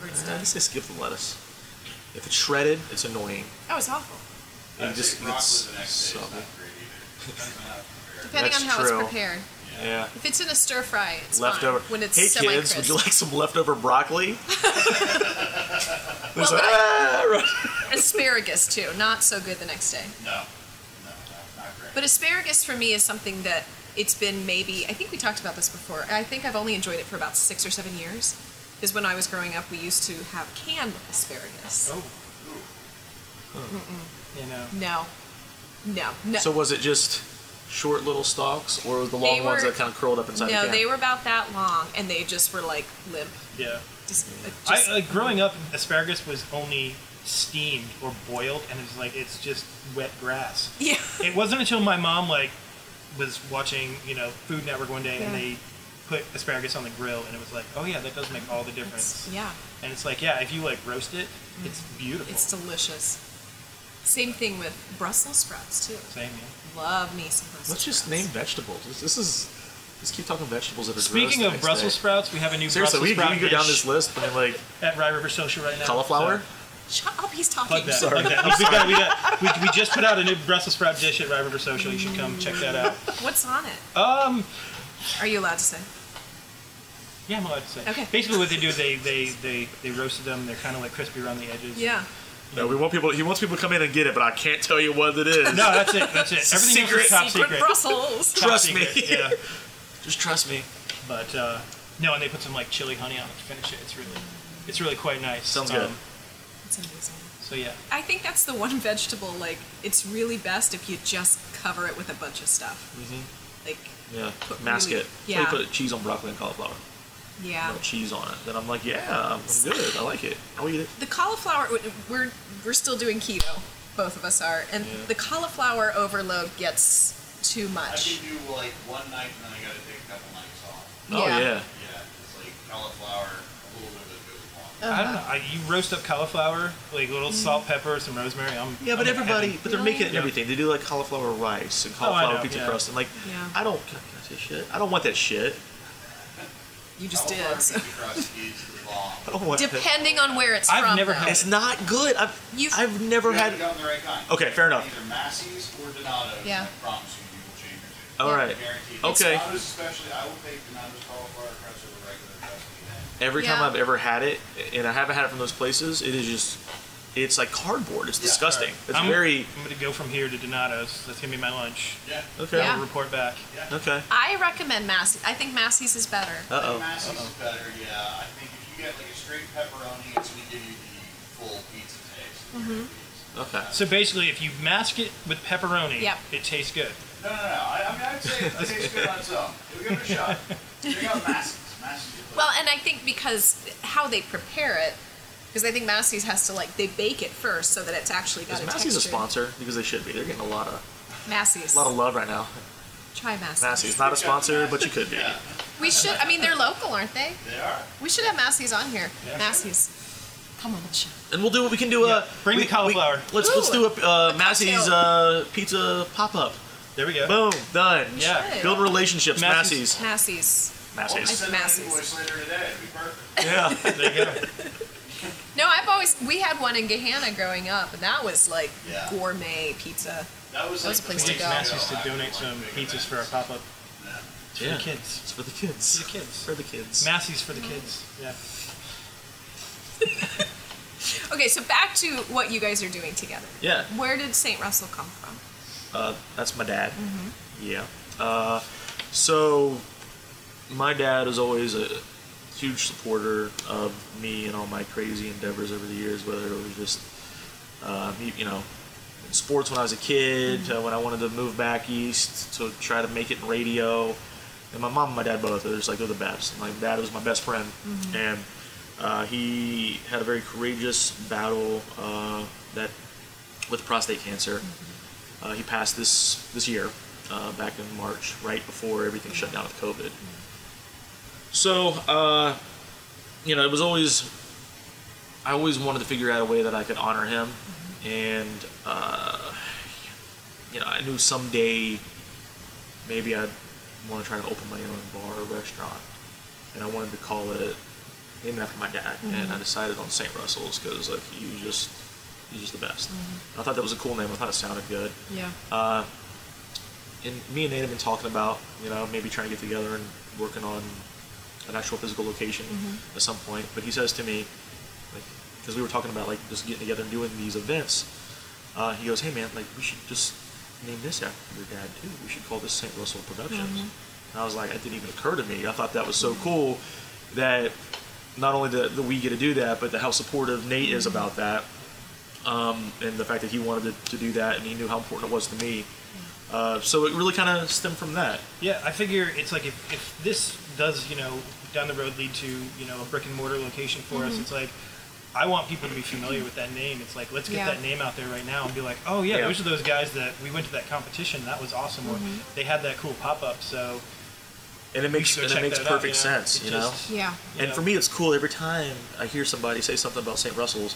[SPEAKER 1] or it's
[SPEAKER 2] I
[SPEAKER 1] done.
[SPEAKER 2] just skip the lettuce. If it's shredded, it's annoying.
[SPEAKER 1] Oh, it's awful.
[SPEAKER 2] And
[SPEAKER 4] I
[SPEAKER 2] you just
[SPEAKER 4] think broccoli
[SPEAKER 2] it's
[SPEAKER 4] the next day is
[SPEAKER 2] subtle.
[SPEAKER 4] not great either. Depends on how it's prepared.
[SPEAKER 1] Depending
[SPEAKER 2] That's
[SPEAKER 1] on how
[SPEAKER 2] true.
[SPEAKER 1] it's prepared.
[SPEAKER 2] Yeah.
[SPEAKER 1] If it's in a stir fry, it's
[SPEAKER 2] leftover.
[SPEAKER 1] fine. When it's
[SPEAKER 2] hey
[SPEAKER 1] semi
[SPEAKER 2] kids, would you like some leftover broccoli? There's
[SPEAKER 1] Well,
[SPEAKER 2] a-
[SPEAKER 1] but
[SPEAKER 2] "Ah, right."
[SPEAKER 1] asparagus too. Not so good the next day.
[SPEAKER 4] No, no, no, not great.
[SPEAKER 1] But asparagus for me is something that it's been maybe I think we talked about this before. I think I've only enjoyed it for about six or seven years. Because when I was growing up, we used to have canned asparagus.
[SPEAKER 3] Oh. You know.
[SPEAKER 1] No, no, no.
[SPEAKER 2] So was it just short little stalks, or was the long
[SPEAKER 1] They
[SPEAKER 2] ones
[SPEAKER 1] were-
[SPEAKER 2] that kind of curled up inside the
[SPEAKER 1] no,
[SPEAKER 2] can?
[SPEAKER 1] they were about that long, and they just were like limp.
[SPEAKER 3] Yeah.
[SPEAKER 1] Just, uh, just-
[SPEAKER 3] I, like growing up, asparagus was only steamed or boiled, and it was like it's just wet grass.
[SPEAKER 1] yeah.
[SPEAKER 3] it wasn't until my mom like was watching you know Food Network one day and
[SPEAKER 1] Yeah.
[SPEAKER 3] they put asparagus on the grill and it was like oh yeah that does make all the difference
[SPEAKER 1] It's- yeah, Mm.
[SPEAKER 3] and it's like yeah if you like roast it it's beautiful
[SPEAKER 1] it's delicious. Same thing with Brussels sprouts too.
[SPEAKER 3] same yeah.
[SPEAKER 1] Love me some Brussels.
[SPEAKER 2] Let's just
[SPEAKER 1] sprouts.
[SPEAKER 2] name vegetables. This, this is Just keep talking vegetables that are gross
[SPEAKER 3] Speaking
[SPEAKER 2] the
[SPEAKER 3] of
[SPEAKER 2] next
[SPEAKER 3] Brussels
[SPEAKER 2] day.
[SPEAKER 3] sprouts, we have a new
[SPEAKER 2] Seriously, we,
[SPEAKER 3] Brussels
[SPEAKER 2] we
[SPEAKER 3] sprout
[SPEAKER 2] can go down
[SPEAKER 3] dish
[SPEAKER 2] this list and like
[SPEAKER 3] at Rye River Social right now.
[SPEAKER 2] cauliflower.
[SPEAKER 3] So,
[SPEAKER 1] Shut up, he's
[SPEAKER 3] plug
[SPEAKER 1] talking.
[SPEAKER 3] that.
[SPEAKER 2] Sorry.
[SPEAKER 3] plug that. We, got, we, got, we, we just put out a new Brussels sprout dish at Rye River Social. You should come check that out.
[SPEAKER 1] What's on it?
[SPEAKER 3] Um,
[SPEAKER 1] Are you allowed to say?
[SPEAKER 3] Yeah, I'm allowed to say.
[SPEAKER 1] Okay.
[SPEAKER 3] Basically, what they do is they they they, they roasted them. They're kind of like crispy around the edges.
[SPEAKER 1] Yeah.
[SPEAKER 2] No, we want people. He wants people to come in and get it, but I can't tell you what it is.
[SPEAKER 3] No, that's it. That's it.
[SPEAKER 2] a
[SPEAKER 3] Everything else
[SPEAKER 2] secret.
[SPEAKER 3] is top secret.
[SPEAKER 1] Brussels.
[SPEAKER 3] Top
[SPEAKER 2] Trust me.
[SPEAKER 3] secret, Yeah.
[SPEAKER 2] just trust me.
[SPEAKER 3] But uh, no, and they put some like chili honey on it to finish it. It's really it's really quite nice. Um,
[SPEAKER 2] Sounds good.
[SPEAKER 1] That's amazing.
[SPEAKER 3] So yeah.
[SPEAKER 1] I think that's the one vegetable. Like, it's really best if you just cover it with a bunch of stuff. Mm-hmm. Like,
[SPEAKER 2] Yeah,
[SPEAKER 1] Put
[SPEAKER 2] mask
[SPEAKER 1] really-
[SPEAKER 2] it.
[SPEAKER 1] yeah.
[SPEAKER 2] Somebody put cheese on broccoli and cauliflower.
[SPEAKER 1] yeah.
[SPEAKER 2] No cheese on it. Then I'm like, yeah, I'm good. I like it. I'll eat it.
[SPEAKER 1] The cauliflower. We're we're still doing keto. Both of us are, and
[SPEAKER 2] Yeah.
[SPEAKER 1] the cauliflower overload gets too
[SPEAKER 4] I
[SPEAKER 1] much.
[SPEAKER 4] can do like one night and then I gotta take a couple nights off.
[SPEAKER 2] Oh
[SPEAKER 1] Yeah.
[SPEAKER 2] yeah.
[SPEAKER 4] Yeah, it's like cauliflower, a little bit of it goes along.
[SPEAKER 3] I don't know. I, you roast up cauliflower, like a little salt, pepper, some rosemary. I'm
[SPEAKER 2] Yeah, but
[SPEAKER 3] I'm in
[SPEAKER 2] everybody,
[SPEAKER 3] heaven.
[SPEAKER 2] but they're
[SPEAKER 1] Really?
[SPEAKER 2] making it and everything. They do like cauliflower rice and
[SPEAKER 3] Oh, I
[SPEAKER 2] cauliflower
[SPEAKER 3] know,
[SPEAKER 2] pizza
[SPEAKER 3] yeah.
[SPEAKER 2] crust. And like,
[SPEAKER 1] Yeah.
[SPEAKER 2] I don't, can I can I say shit? I don't want that shit.
[SPEAKER 1] You just
[SPEAKER 4] Cauliflower
[SPEAKER 1] did. so-
[SPEAKER 4] pizza crust is long.
[SPEAKER 2] I don't want that.
[SPEAKER 1] Depending on where it's
[SPEAKER 3] I've
[SPEAKER 1] from.
[SPEAKER 3] never
[SPEAKER 1] though.
[SPEAKER 3] had-
[SPEAKER 2] It's not good. I've,
[SPEAKER 1] You've-
[SPEAKER 2] I've never
[SPEAKER 4] You have
[SPEAKER 2] had.
[SPEAKER 4] to go in the right kind.
[SPEAKER 2] Okay, fair enough.
[SPEAKER 4] Either Massey's or Donato's.
[SPEAKER 1] Yeah.
[SPEAKER 4] I promise you, you will change your tune.
[SPEAKER 2] All right.
[SPEAKER 4] Guaranteed.
[SPEAKER 2] Okay.
[SPEAKER 4] Donato's especially, I will take Donato's cauliflower crust over regular crust any day.
[SPEAKER 2] Every time
[SPEAKER 1] Yeah.
[SPEAKER 2] I've ever had it, and I haven't had it from those places, it is just, it's like cardboard. It's
[SPEAKER 4] Yeah,
[SPEAKER 2] disgusting.
[SPEAKER 4] alright.
[SPEAKER 2] It's
[SPEAKER 3] I'm,
[SPEAKER 2] very
[SPEAKER 3] I'm gonna go from here to Donato's. That's gonna be my lunch.
[SPEAKER 4] Yeah.
[SPEAKER 2] okay.
[SPEAKER 1] Yeah.
[SPEAKER 3] I'll report back.
[SPEAKER 4] Yeah.
[SPEAKER 2] Okay.
[SPEAKER 1] I recommend Massey. I think Massey's is better.
[SPEAKER 2] Uh
[SPEAKER 4] I think
[SPEAKER 2] oh.
[SPEAKER 4] Massey's is better, yeah. I think if you get like a straight pepperoni, it's going to give you the full pizza taste. of
[SPEAKER 1] Mm-hmm.
[SPEAKER 4] your pizza.
[SPEAKER 2] Okay.
[SPEAKER 3] So basically, if you mask it with pepperoni,
[SPEAKER 1] Yep.
[SPEAKER 3] it tastes good.
[SPEAKER 4] No, no, no. I, I mean, I'd say it tastes good on its own. Give it a shot. Check out Massey's. Massey's is
[SPEAKER 1] Well, and I think because how they prepare it, because I think Massey's has to like they bake it first so that it's actually got
[SPEAKER 2] Is
[SPEAKER 1] a
[SPEAKER 2] Massey's a
[SPEAKER 1] texture.
[SPEAKER 2] sponsor? Because they should be. They're getting a lot of,
[SPEAKER 1] Massey's.
[SPEAKER 2] a lot of love right now.
[SPEAKER 1] Try Massey's.
[SPEAKER 2] Massey's not a sponsor, but you could be.
[SPEAKER 4] Yeah,
[SPEAKER 1] We should. I mean, they're local, aren't they?
[SPEAKER 4] they are.
[SPEAKER 1] We should have Massey's on here.
[SPEAKER 3] Yeah.
[SPEAKER 1] Massey's, come on the show.
[SPEAKER 2] And we'll do what we can do. Uh,
[SPEAKER 3] Yeah, bring the
[SPEAKER 2] we- we-
[SPEAKER 3] cauliflower.
[SPEAKER 2] let's let's do
[SPEAKER 1] Ooh,
[SPEAKER 2] a uh,
[SPEAKER 1] a
[SPEAKER 2] Massey's
[SPEAKER 1] cocktail.
[SPEAKER 2] uh, pizza pop up.
[SPEAKER 3] There we go.
[SPEAKER 2] Boom, done.
[SPEAKER 1] We
[SPEAKER 3] Yeah.
[SPEAKER 1] should.
[SPEAKER 2] Build relationships,
[SPEAKER 3] Massey's.
[SPEAKER 2] Massey's.
[SPEAKER 1] Massey's.
[SPEAKER 4] I'll
[SPEAKER 2] Massey's.
[SPEAKER 4] send an
[SPEAKER 1] Massey's.
[SPEAKER 4] invoice later today. It'd be
[SPEAKER 2] Yeah.
[SPEAKER 4] perfect.
[SPEAKER 3] There you go.
[SPEAKER 1] No, I've always we had one in Gahanna growing up, and that was like
[SPEAKER 4] Yeah.
[SPEAKER 1] gourmet pizza.
[SPEAKER 4] That was
[SPEAKER 1] That
[SPEAKER 4] like
[SPEAKER 1] was a
[SPEAKER 4] the
[SPEAKER 1] place
[SPEAKER 3] We
[SPEAKER 1] to
[SPEAKER 3] need
[SPEAKER 1] go.
[SPEAKER 3] Massey's to donate some pizzas for our pop-up
[SPEAKER 4] Yeah.
[SPEAKER 3] for
[SPEAKER 2] Yeah.
[SPEAKER 3] the kids.
[SPEAKER 2] It's for the kids.
[SPEAKER 3] For the kids. Mm-hmm.
[SPEAKER 2] For the kids.
[SPEAKER 3] Massey's for the kids. Yeah.
[SPEAKER 1] Okay, so back to what you guys are doing together.
[SPEAKER 2] yeah.
[SPEAKER 1] Where did St. Russell come from?
[SPEAKER 2] Uh, that's my dad. Yeah. Uh, so my dad is always a huge supporter of me and all my crazy endeavors over the years, whether it was just uh, me- you know in sports when I was a kid, uh, when I wanted to move back east to try to make it in radio. And my mom and my dad both, they're just like, they're the best. And like, dad was my best friend. And uh, he had a very courageous battle uh, that with prostate cancer. Uh, he passed this this year, uh, back in March, right before everything shut down with COVID. So, uh, you know, it was always I always wanted to figure out a way that I could honor him, and uh, you know, I knew someday maybe I'd want to try to open my own bar or restaurant, and I wanted to call it named after my dad, and I decided on St. Russell's because like he was just he's just the best. I thought that was a cool name. I thought it sounded good
[SPEAKER 1] Yeah.
[SPEAKER 2] uh, and me and Nate have been talking about, you know, maybe trying to get together and working on an actual physical location at some point. But he says to me, like, because we were talking about like just getting together and doing these events, uh, he goes, "Hey man, like we should just name this after your dad too. We should call this St. Russell Productions." And I was like, "That didn't even occur to me. I thought that was so cool that not only that that we get to do that, but the, how supportive Nate is about that." um, and the fact that he wanted to, to do that and he knew how important it was to me. Uh, so it really kind of stemmed from that.
[SPEAKER 3] Yeah, I figure it's like if, if this does, you know, down the road lead to, you know, a brick and mortar location for us, it's like I want people to be familiar with that name. It's like let's get
[SPEAKER 1] Yeah.
[SPEAKER 3] that name out there right now and be like, Oh yeah,
[SPEAKER 2] Yeah.
[SPEAKER 3] those are those guys that we went to that competition, that was awesome, or they had that cool pop up, so
[SPEAKER 2] And it makes
[SPEAKER 3] go
[SPEAKER 2] and
[SPEAKER 3] check
[SPEAKER 2] it makes
[SPEAKER 3] that out,
[SPEAKER 2] perfect
[SPEAKER 3] yeah.
[SPEAKER 2] sense,
[SPEAKER 3] It
[SPEAKER 2] you
[SPEAKER 3] just-
[SPEAKER 2] know.
[SPEAKER 1] Yeah.
[SPEAKER 2] And
[SPEAKER 3] yeah.
[SPEAKER 2] for me, it's cool every time I hear somebody say something about St. Russell's.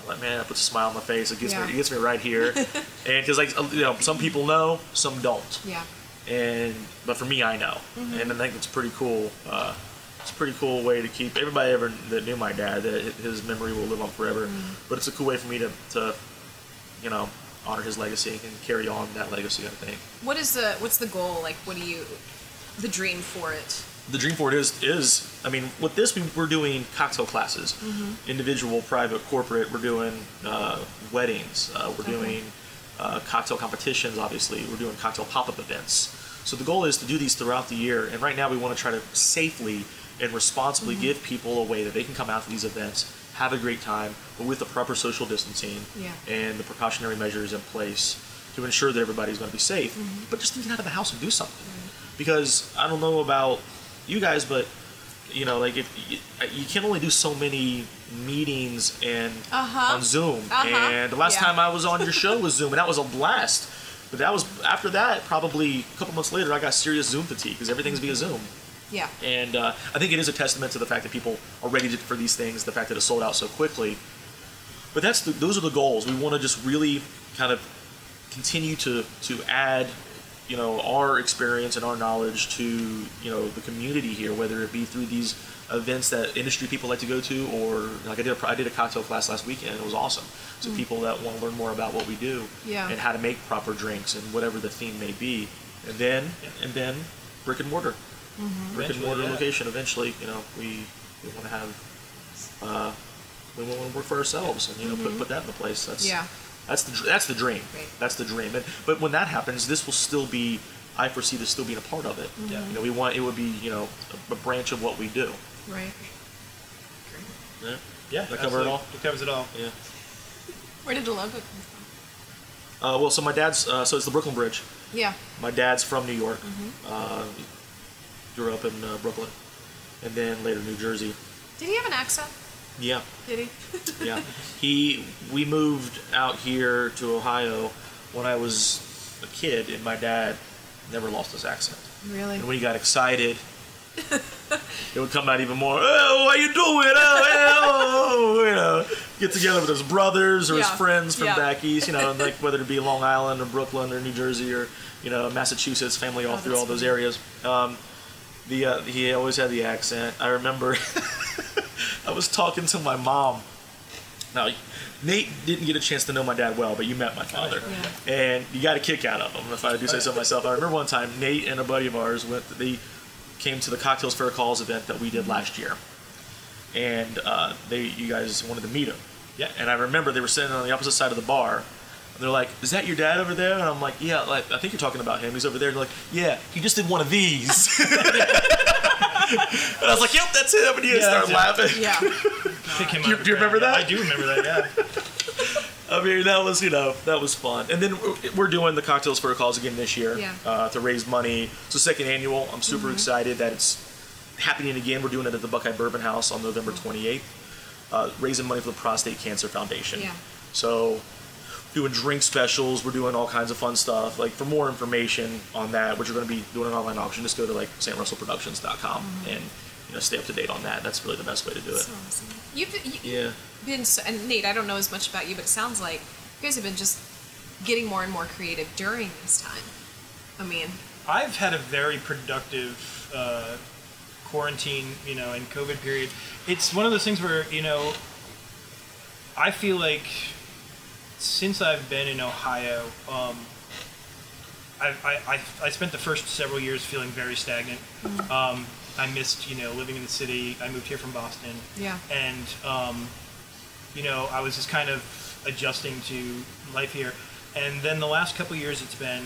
[SPEAKER 2] I'm like, man, that puts a smile on my face. It gets
[SPEAKER 1] Yeah.
[SPEAKER 2] me, it gets me right here. and because like you know, some people know, some don't.
[SPEAKER 1] Yeah.
[SPEAKER 2] And but for me, I know, and I think it's pretty cool. Uh, it's a pretty cool way to keep everybody ever that knew my dad that hi- his memory will live on forever. But it's a cool way for me to, to, you know, honor his legacy and carry on that legacy. I think.
[SPEAKER 1] What is the what's the goal? Like, what do you the dream for it?
[SPEAKER 2] the dream for it is is I mean with this we, we're doing cocktail classes, individual, private, corporate. We're doing uh, weddings. Uh, we're doing uh, cocktail competitions. Obviously, we're doing cocktail pop up events. So the goal is to do these throughout the year. And right now we want to try to safely and responsibly give people a way that they can come out to these events, have a great time, but with the proper social distancing
[SPEAKER 1] Yeah.
[SPEAKER 2] and the precautionary measures in place to ensure that everybody's going to be safe. But just to get out of the house and do something. Because I don't know about you guys, but you know, like if you, you can only do so many meetings and
[SPEAKER 1] Uh-huh.
[SPEAKER 2] on Zoom.
[SPEAKER 1] Uh-huh.
[SPEAKER 2] And the last
[SPEAKER 1] Yeah.
[SPEAKER 2] time I was on your show was Zoom, and that was a blast. But that was after that, probably a couple months later, I got serious Zoom fatigue because everything's via Zoom.
[SPEAKER 1] Yeah.
[SPEAKER 2] And uh, I think it is a testament to the fact that people are ready to, for these things, the fact that it sold out so quickly. But that's the, those are the goals. We want to just really kind of continue to to add, you know, our experience and our knowledge to you know the community here, whether it be through these events that industry people like to go to, or like I did a, I did a cocktail class last weekend. It was awesome. So people that want to learn more about what we do
[SPEAKER 1] Yeah.
[SPEAKER 2] and how to make proper drinks and whatever the theme may be, and then and then brick and mortar brick and
[SPEAKER 3] Eventually,
[SPEAKER 2] mortar
[SPEAKER 3] yeah.
[SPEAKER 2] location. Eventually, you know, we, we want to have, uh, we want to work for ourselves and you know put, put that in the place. That's
[SPEAKER 1] Yeah.
[SPEAKER 2] That's the dr- that's the dream.
[SPEAKER 1] Right.
[SPEAKER 2] That's the dream. And, but when that happens, this will still be. I foresee this still being a part of it.
[SPEAKER 3] Yeah.
[SPEAKER 2] You know, we want it would be you know a, a branch of what we do.
[SPEAKER 1] Right.
[SPEAKER 2] Yeah.
[SPEAKER 3] Yeah,
[SPEAKER 2] That cover it
[SPEAKER 3] absolutely.
[SPEAKER 2] all?
[SPEAKER 3] It covers it all.
[SPEAKER 2] Yeah.
[SPEAKER 1] Where did the logo come from?
[SPEAKER 2] Uh, well, so my dad's uh, so it's the Brooklyn Bridge.
[SPEAKER 1] Yeah.
[SPEAKER 2] My dad's from New York. Uh, grew up in uh, Brooklyn, and then later New Jersey.
[SPEAKER 1] Did he have an accent?
[SPEAKER 2] Yeah.
[SPEAKER 1] Did he?
[SPEAKER 2] yeah. He we moved out here to Ohio when I was a kid, and my dad never lost his accent.
[SPEAKER 1] really?
[SPEAKER 2] And when he got excited, it would come out even more. Oh, how you doing? Oh, hey, oh," you know, get together with his brothers or
[SPEAKER 1] Yeah.
[SPEAKER 2] his friends from
[SPEAKER 1] Yeah.
[SPEAKER 2] back east. You know, and like whether it be Long Island or Brooklyn or New Jersey or you know Massachusetts, family all
[SPEAKER 1] Oh,
[SPEAKER 2] through
[SPEAKER 1] that's
[SPEAKER 2] all those
[SPEAKER 1] funny.
[SPEAKER 2] areas. Um, the uh, he always had the accent. I remember I was talking to my mom. Now, Nate didn't get a chance to know my dad well, but you met my father, and you got a kick out of him. If I do say so myself, I remember one time Nate and a buddy of ours went. They came to the Cocktails Fair Calls event that we did last year, and uh, they you guys wanted to meet him.
[SPEAKER 3] Yeah.
[SPEAKER 2] And I remember they were sitting on the opposite side of the bar. And they're like, "Is that your dad over there?" And I'm like, "Yeah, like, I think you're talking about him. He's over there." And they're like, "Yeah, he just did one of these." and I was like, "Yep, that's him." And you
[SPEAKER 3] Yeah,
[SPEAKER 2] start
[SPEAKER 3] that's
[SPEAKER 2] laughing.
[SPEAKER 1] Yeah.
[SPEAKER 3] Pick him
[SPEAKER 2] Do you-
[SPEAKER 3] up.
[SPEAKER 2] do you remember that?
[SPEAKER 3] I do remember that. Yeah.
[SPEAKER 2] I mean, that was you know that was fun. And then we're- we're doing the cocktails for calls again this year
[SPEAKER 1] Yeah. Mm-hmm.
[SPEAKER 2] uh, to raise money. It's the second annual. I'm super excited that it's happening again. We're doing it at the Buckeye Bourbon House on November 28th, uh, raising money for the Prostate Cancer Foundation.
[SPEAKER 1] Yeah.
[SPEAKER 2] So doing drink specials. We're doing all kinds of fun stuff. Like for more information on that, which we're going to be doing an online auction, just go to like samrussellproductions.com
[SPEAKER 1] Mm-hmm.
[SPEAKER 2] and you know stay up to date on that. That's really the best way to do it.
[SPEAKER 1] That's awesome. You've been, you,
[SPEAKER 2] Yeah.
[SPEAKER 1] been so, and Nate, I don't know as much about you, but it sounds like you guys have been just getting more and more creative during this time. I mean,
[SPEAKER 3] I've had a very productive uh, quarantine, you know, and COVID period. It's one of those things where, you know, I feel like since I've been in Ohio, um, I, I, I, I spent the first several years feeling very stagnant. Um, I missed, you know, living in the city. I moved here from Boston.
[SPEAKER 1] Yeah.
[SPEAKER 3] And, um, you know, I was just kind of adjusting to life here. And then the last couple years, it's been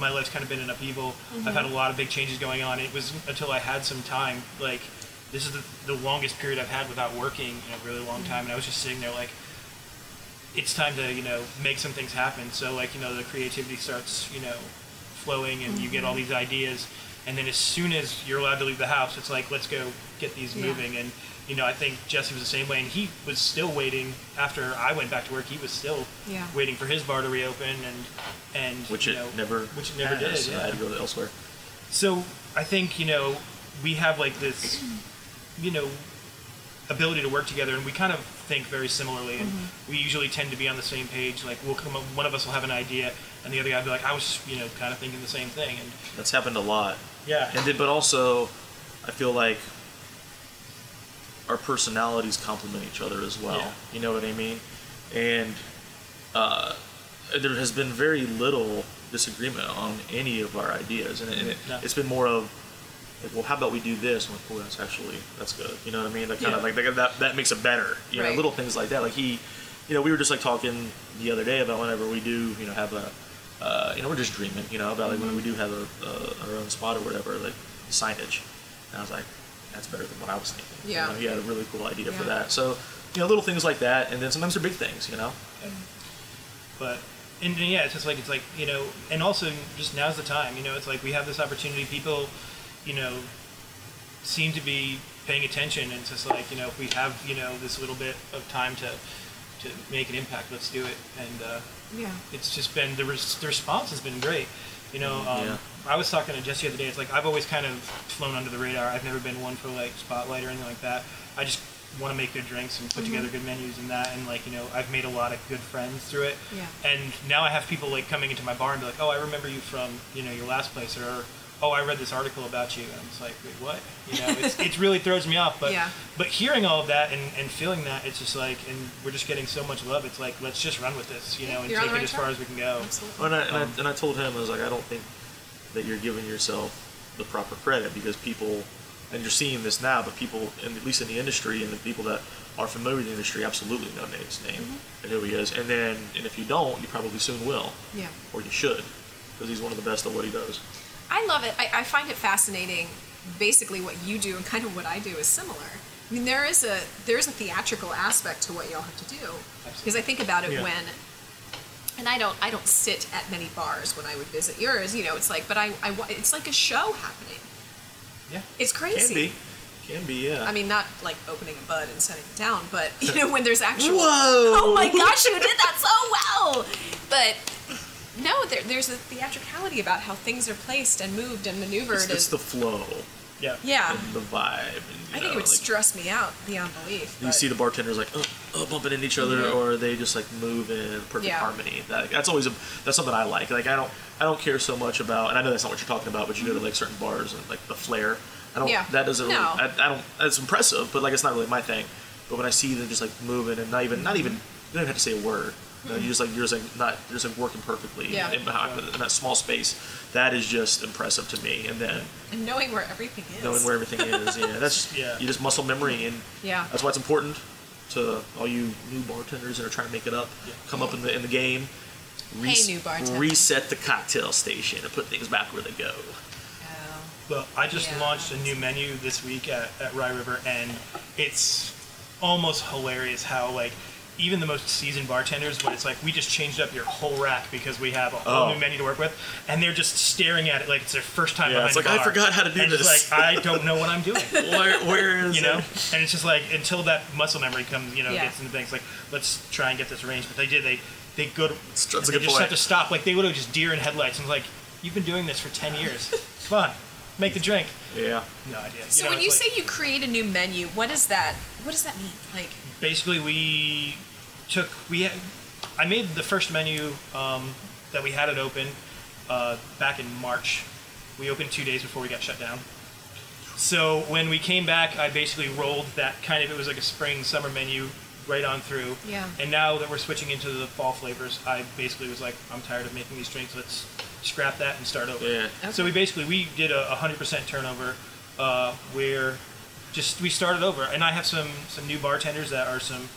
[SPEAKER 3] my life's kind of been in upheaval. I've had a lot of big changes going on. It was until I had some time, like this is the, the longest period I've had without working in a really long time, and I was just sitting there like, it's time to you know make some things happen. So like you know the creativity starts you know flowing, and you get all these ideas, and then as soon as you're allowed to leave the house, it's like let's go get these
[SPEAKER 1] Yeah.
[SPEAKER 3] moving. And you know I think Jesse was the same way, and he was still waiting after I went back to work. He was still
[SPEAKER 1] Yeah.
[SPEAKER 3] waiting for his bar to reopen, and and
[SPEAKER 2] Which
[SPEAKER 3] you
[SPEAKER 2] it
[SPEAKER 3] know,
[SPEAKER 2] never
[SPEAKER 3] which it never
[SPEAKER 2] has,
[SPEAKER 3] did.
[SPEAKER 2] and I had
[SPEAKER 3] Yeah.
[SPEAKER 2] to go elsewhere.
[SPEAKER 3] So I think you know we have like this, you know, ability to work together, and we kind of think very similarly, and we usually tend to be on the same page. Like we'll come up, one of us will have an idea, and the other guy will be like, "I was, you know, kind of thinking the same thing," and
[SPEAKER 2] That's happened a lot.
[SPEAKER 3] yeah,
[SPEAKER 2] And then, but also, I feel like our personalities complement each other as well.
[SPEAKER 3] Yeah.
[SPEAKER 2] You know what I mean? And uh, there has been very little disagreement on any of our ideas, and, it, and it,
[SPEAKER 3] No.
[SPEAKER 2] it's been more of. Like, well, how about we do this? I'm like, cool, that's actually that's good. You know what I mean? That kind
[SPEAKER 3] Yeah.
[SPEAKER 2] of like that, that that makes it better. You know,
[SPEAKER 1] Right.
[SPEAKER 2] little things like that. Like he, you know, we were just like talking the other day about whenever we do, you know, have a uh, you know, we're just dreaming, you know, about like when we
[SPEAKER 1] Mm-hmm.
[SPEAKER 2] do have a, a our own spot or whatever, like signage. And I was like, that's better than what I was thinking.
[SPEAKER 1] Yeah.
[SPEAKER 2] You know, he had a really cool idea for
[SPEAKER 1] Yeah.
[SPEAKER 2] that. So, you know, little things like that, and then sometimes they're big things, you know.
[SPEAKER 3] but and, and yeah, it's just like it's like you know, and also just now's the time. You know, it's like we have this opportunity. People, you know, seem to be paying attention, and it's just like you know, if we have you know this little bit of time to to make an impact, let's do it. And uh,
[SPEAKER 1] Yeah.
[SPEAKER 3] it's just been the, res- the response has been great. You know, um,
[SPEAKER 2] Yeah.
[SPEAKER 3] I was talking to Jesse the other day. It's like I've always kind of flown under the radar. I've never been one for like spotlight or anything like that. I just want to make good drinks and put
[SPEAKER 1] Mm-hmm.
[SPEAKER 3] together good menus and that. And like you know, I've made a lot of good friends through it.
[SPEAKER 1] Yeah.
[SPEAKER 3] And now I have people like coming into my bar and be like, "Oh, I remember you from you know your last place," or "Oh, I read this article about you." And I'm just like, "Wait, what?" You know, it's, it really throws me off. But
[SPEAKER 1] Yeah.
[SPEAKER 3] but hearing all of that and, and feeling that, it's just like, and we're just getting so much love. It's like, let's just run with this, you know, and
[SPEAKER 1] You're on
[SPEAKER 3] take
[SPEAKER 1] the
[SPEAKER 3] it
[SPEAKER 1] right
[SPEAKER 3] as far
[SPEAKER 1] track.
[SPEAKER 3] as we can go.
[SPEAKER 1] Absolutely.
[SPEAKER 2] And I, and,
[SPEAKER 1] Mm-hmm.
[SPEAKER 2] I, and I told him, I was like, I don't think that you're giving yourself the proper credit because people, and you're seeing this now, but people, and at least in the industry and the people that are familiar with the industry, absolutely know Nate's name and who he is. And then, and if you don't, you probably soon will,
[SPEAKER 1] Mm-hmm. Yeah.
[SPEAKER 2] or you should, because he's one of the best at what he does.
[SPEAKER 1] I love it. I, I find it fascinating. Basically, what you do and kind of what I do is similar. I mean, there is a there is a theatrical aspect to what y'all have to do because I think about it
[SPEAKER 2] Yeah.
[SPEAKER 1] when, and I don't I don't sit at many bars when I would visit yours. You know, it's like but I, I wa- it's like a show happening.
[SPEAKER 3] Yeah.
[SPEAKER 1] It's crazy.
[SPEAKER 2] Can be. Can be, yeah.
[SPEAKER 1] I mean, not like opening a bud and setting it down, but you know, when there's actual.
[SPEAKER 2] Whoa!
[SPEAKER 1] Oh my gosh, you did that so well! But no, there, there's a theatricality about how things are placed and moved and maneuvered.
[SPEAKER 2] it's,
[SPEAKER 1] and,
[SPEAKER 2] it's the flow,
[SPEAKER 3] Yeah.
[SPEAKER 1] yeah,
[SPEAKER 2] and the vibe.
[SPEAKER 1] I
[SPEAKER 2] And, you
[SPEAKER 1] think
[SPEAKER 2] know,
[SPEAKER 1] it would
[SPEAKER 2] like,
[SPEAKER 1] stress me out beyond belief.
[SPEAKER 2] You
[SPEAKER 1] but-
[SPEAKER 2] see the bartenders like uh, uh, bumping into each other, or they just like move in perfect
[SPEAKER 1] Yeah.
[SPEAKER 2] harmony. That, that's always a that's something I like. Like I don't I don't care so much about, and I know that's not what you're talking about, but you go to like certain bars and like the flair. I don't.
[SPEAKER 1] Mm-hmm. Yeah.
[SPEAKER 2] That doesn't. Really,
[SPEAKER 1] No.
[SPEAKER 2] I, I don't. It's impressive, but like it's not really my thing. But when I see them just like moving and not even not even you don't even have to say a word. You know, you just like you're just like not you're just like working perfectly
[SPEAKER 1] Mm-hmm. Yeah.
[SPEAKER 2] in, behind- in that small space. That is just impressive to me. And then
[SPEAKER 1] and knowing where everything is.
[SPEAKER 2] knowing where everything is. Yeah, that's
[SPEAKER 3] Yeah.
[SPEAKER 2] you just muscle memory, and
[SPEAKER 1] Yeah.
[SPEAKER 2] that's why it's important to all you new bartenders that are trying to make it up, come up in the in the game. res-
[SPEAKER 1] new bartender.
[SPEAKER 2] Reset the cocktail station and put things back where they go.
[SPEAKER 1] Oh.
[SPEAKER 3] Well, I just
[SPEAKER 1] Yeah.
[SPEAKER 3] launched a new menu this week at, at Rye River, and it's almost hilarious how like even the most seasoned bartenders, when it's like we just changed up your whole rack because we have a whole
[SPEAKER 2] Oh.
[SPEAKER 3] new menu to work with, and they're just staring at it like it's their first time.
[SPEAKER 2] Yeah,
[SPEAKER 3] behind
[SPEAKER 2] it's
[SPEAKER 3] the
[SPEAKER 2] like, I
[SPEAKER 3] bar.
[SPEAKER 2] forgot how to do
[SPEAKER 3] and it's
[SPEAKER 2] this.
[SPEAKER 3] like I don't know what I'm doing.
[SPEAKER 2] Where, where is
[SPEAKER 3] you know
[SPEAKER 2] it?
[SPEAKER 3] and it's just like until that muscle memory comes you know
[SPEAKER 1] Yeah.
[SPEAKER 3] gets in the thing it's like let's try and get this range but they did they they go to,
[SPEAKER 2] That's a
[SPEAKER 3] and they
[SPEAKER 2] good
[SPEAKER 3] just
[SPEAKER 2] point.
[SPEAKER 3] have to stop like they would have just deer in headlights and like you've been doing this for 10 years come on make the drink
[SPEAKER 2] Yeah,
[SPEAKER 3] no idea
[SPEAKER 1] So
[SPEAKER 3] know,
[SPEAKER 1] when
[SPEAKER 3] it's
[SPEAKER 1] you
[SPEAKER 3] like-
[SPEAKER 1] say you create a new menu, what is that? What does that mean? Like,
[SPEAKER 3] basically we took we had, I made the first menu um, that we had it open uh, back in March. We opened two days before we got shut down. So when we came back, I basically rolled that kind of it was like a spring summer menu right on through.
[SPEAKER 1] Yeah.
[SPEAKER 3] And now that we're switching into the fall flavors, I basically was like, I'm tired of making these drinks. Let's scrap that and start over.
[SPEAKER 2] yeah.
[SPEAKER 3] So we basically we did a 100% turnover uh, where just we started over and I have some some new bartenders that are some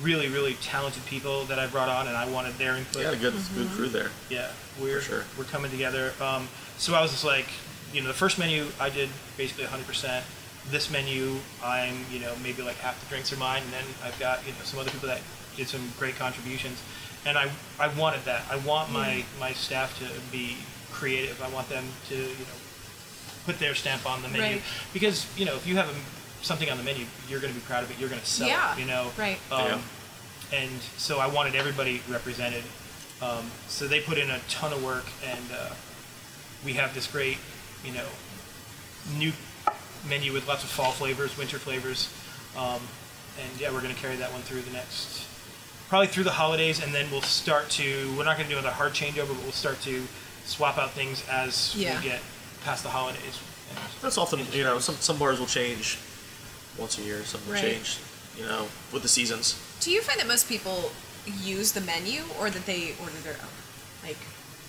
[SPEAKER 3] really really talented people that I brought on and I wanted their input.
[SPEAKER 2] We got a good good crew there.
[SPEAKER 3] Yeah, we're
[SPEAKER 2] For sure.
[SPEAKER 3] we're coming together. Um, so I was just like, you know, the first menu I did basically 100%. This menu I'm, you know, maybe like half the drinks are mine, and then I've got you know some other people that did some great contributions, and I I wanted that. I want my
[SPEAKER 2] Mm.
[SPEAKER 3] my staff to be creative. I want them to you know put their stamp on the menu
[SPEAKER 1] Right.
[SPEAKER 3] because you know if you have a, something on the menu, you're going to be proud of it. You're going to sell
[SPEAKER 1] Yeah,
[SPEAKER 3] it. You know,
[SPEAKER 1] right.
[SPEAKER 3] Um,
[SPEAKER 2] Yeah.
[SPEAKER 3] and so I wanted everybody represented. Um, so they put in a ton of work, and uh, we have this great, you know, new menu with lots of fall flavors, winter flavors, um, and yeah, we're going to carry that one through the next, probably through the holidays, and then we'll start to. We're not going to do another hard changeover, but we'll start to swap out things as
[SPEAKER 1] Yeah.
[SPEAKER 3] we get past the holidays. And
[SPEAKER 2] That's often, you know, some, some bars will change once a year, some will
[SPEAKER 1] Right.
[SPEAKER 2] change, you know, with the seasons.
[SPEAKER 1] Do you find that most people use the menu or that they order their own? Like,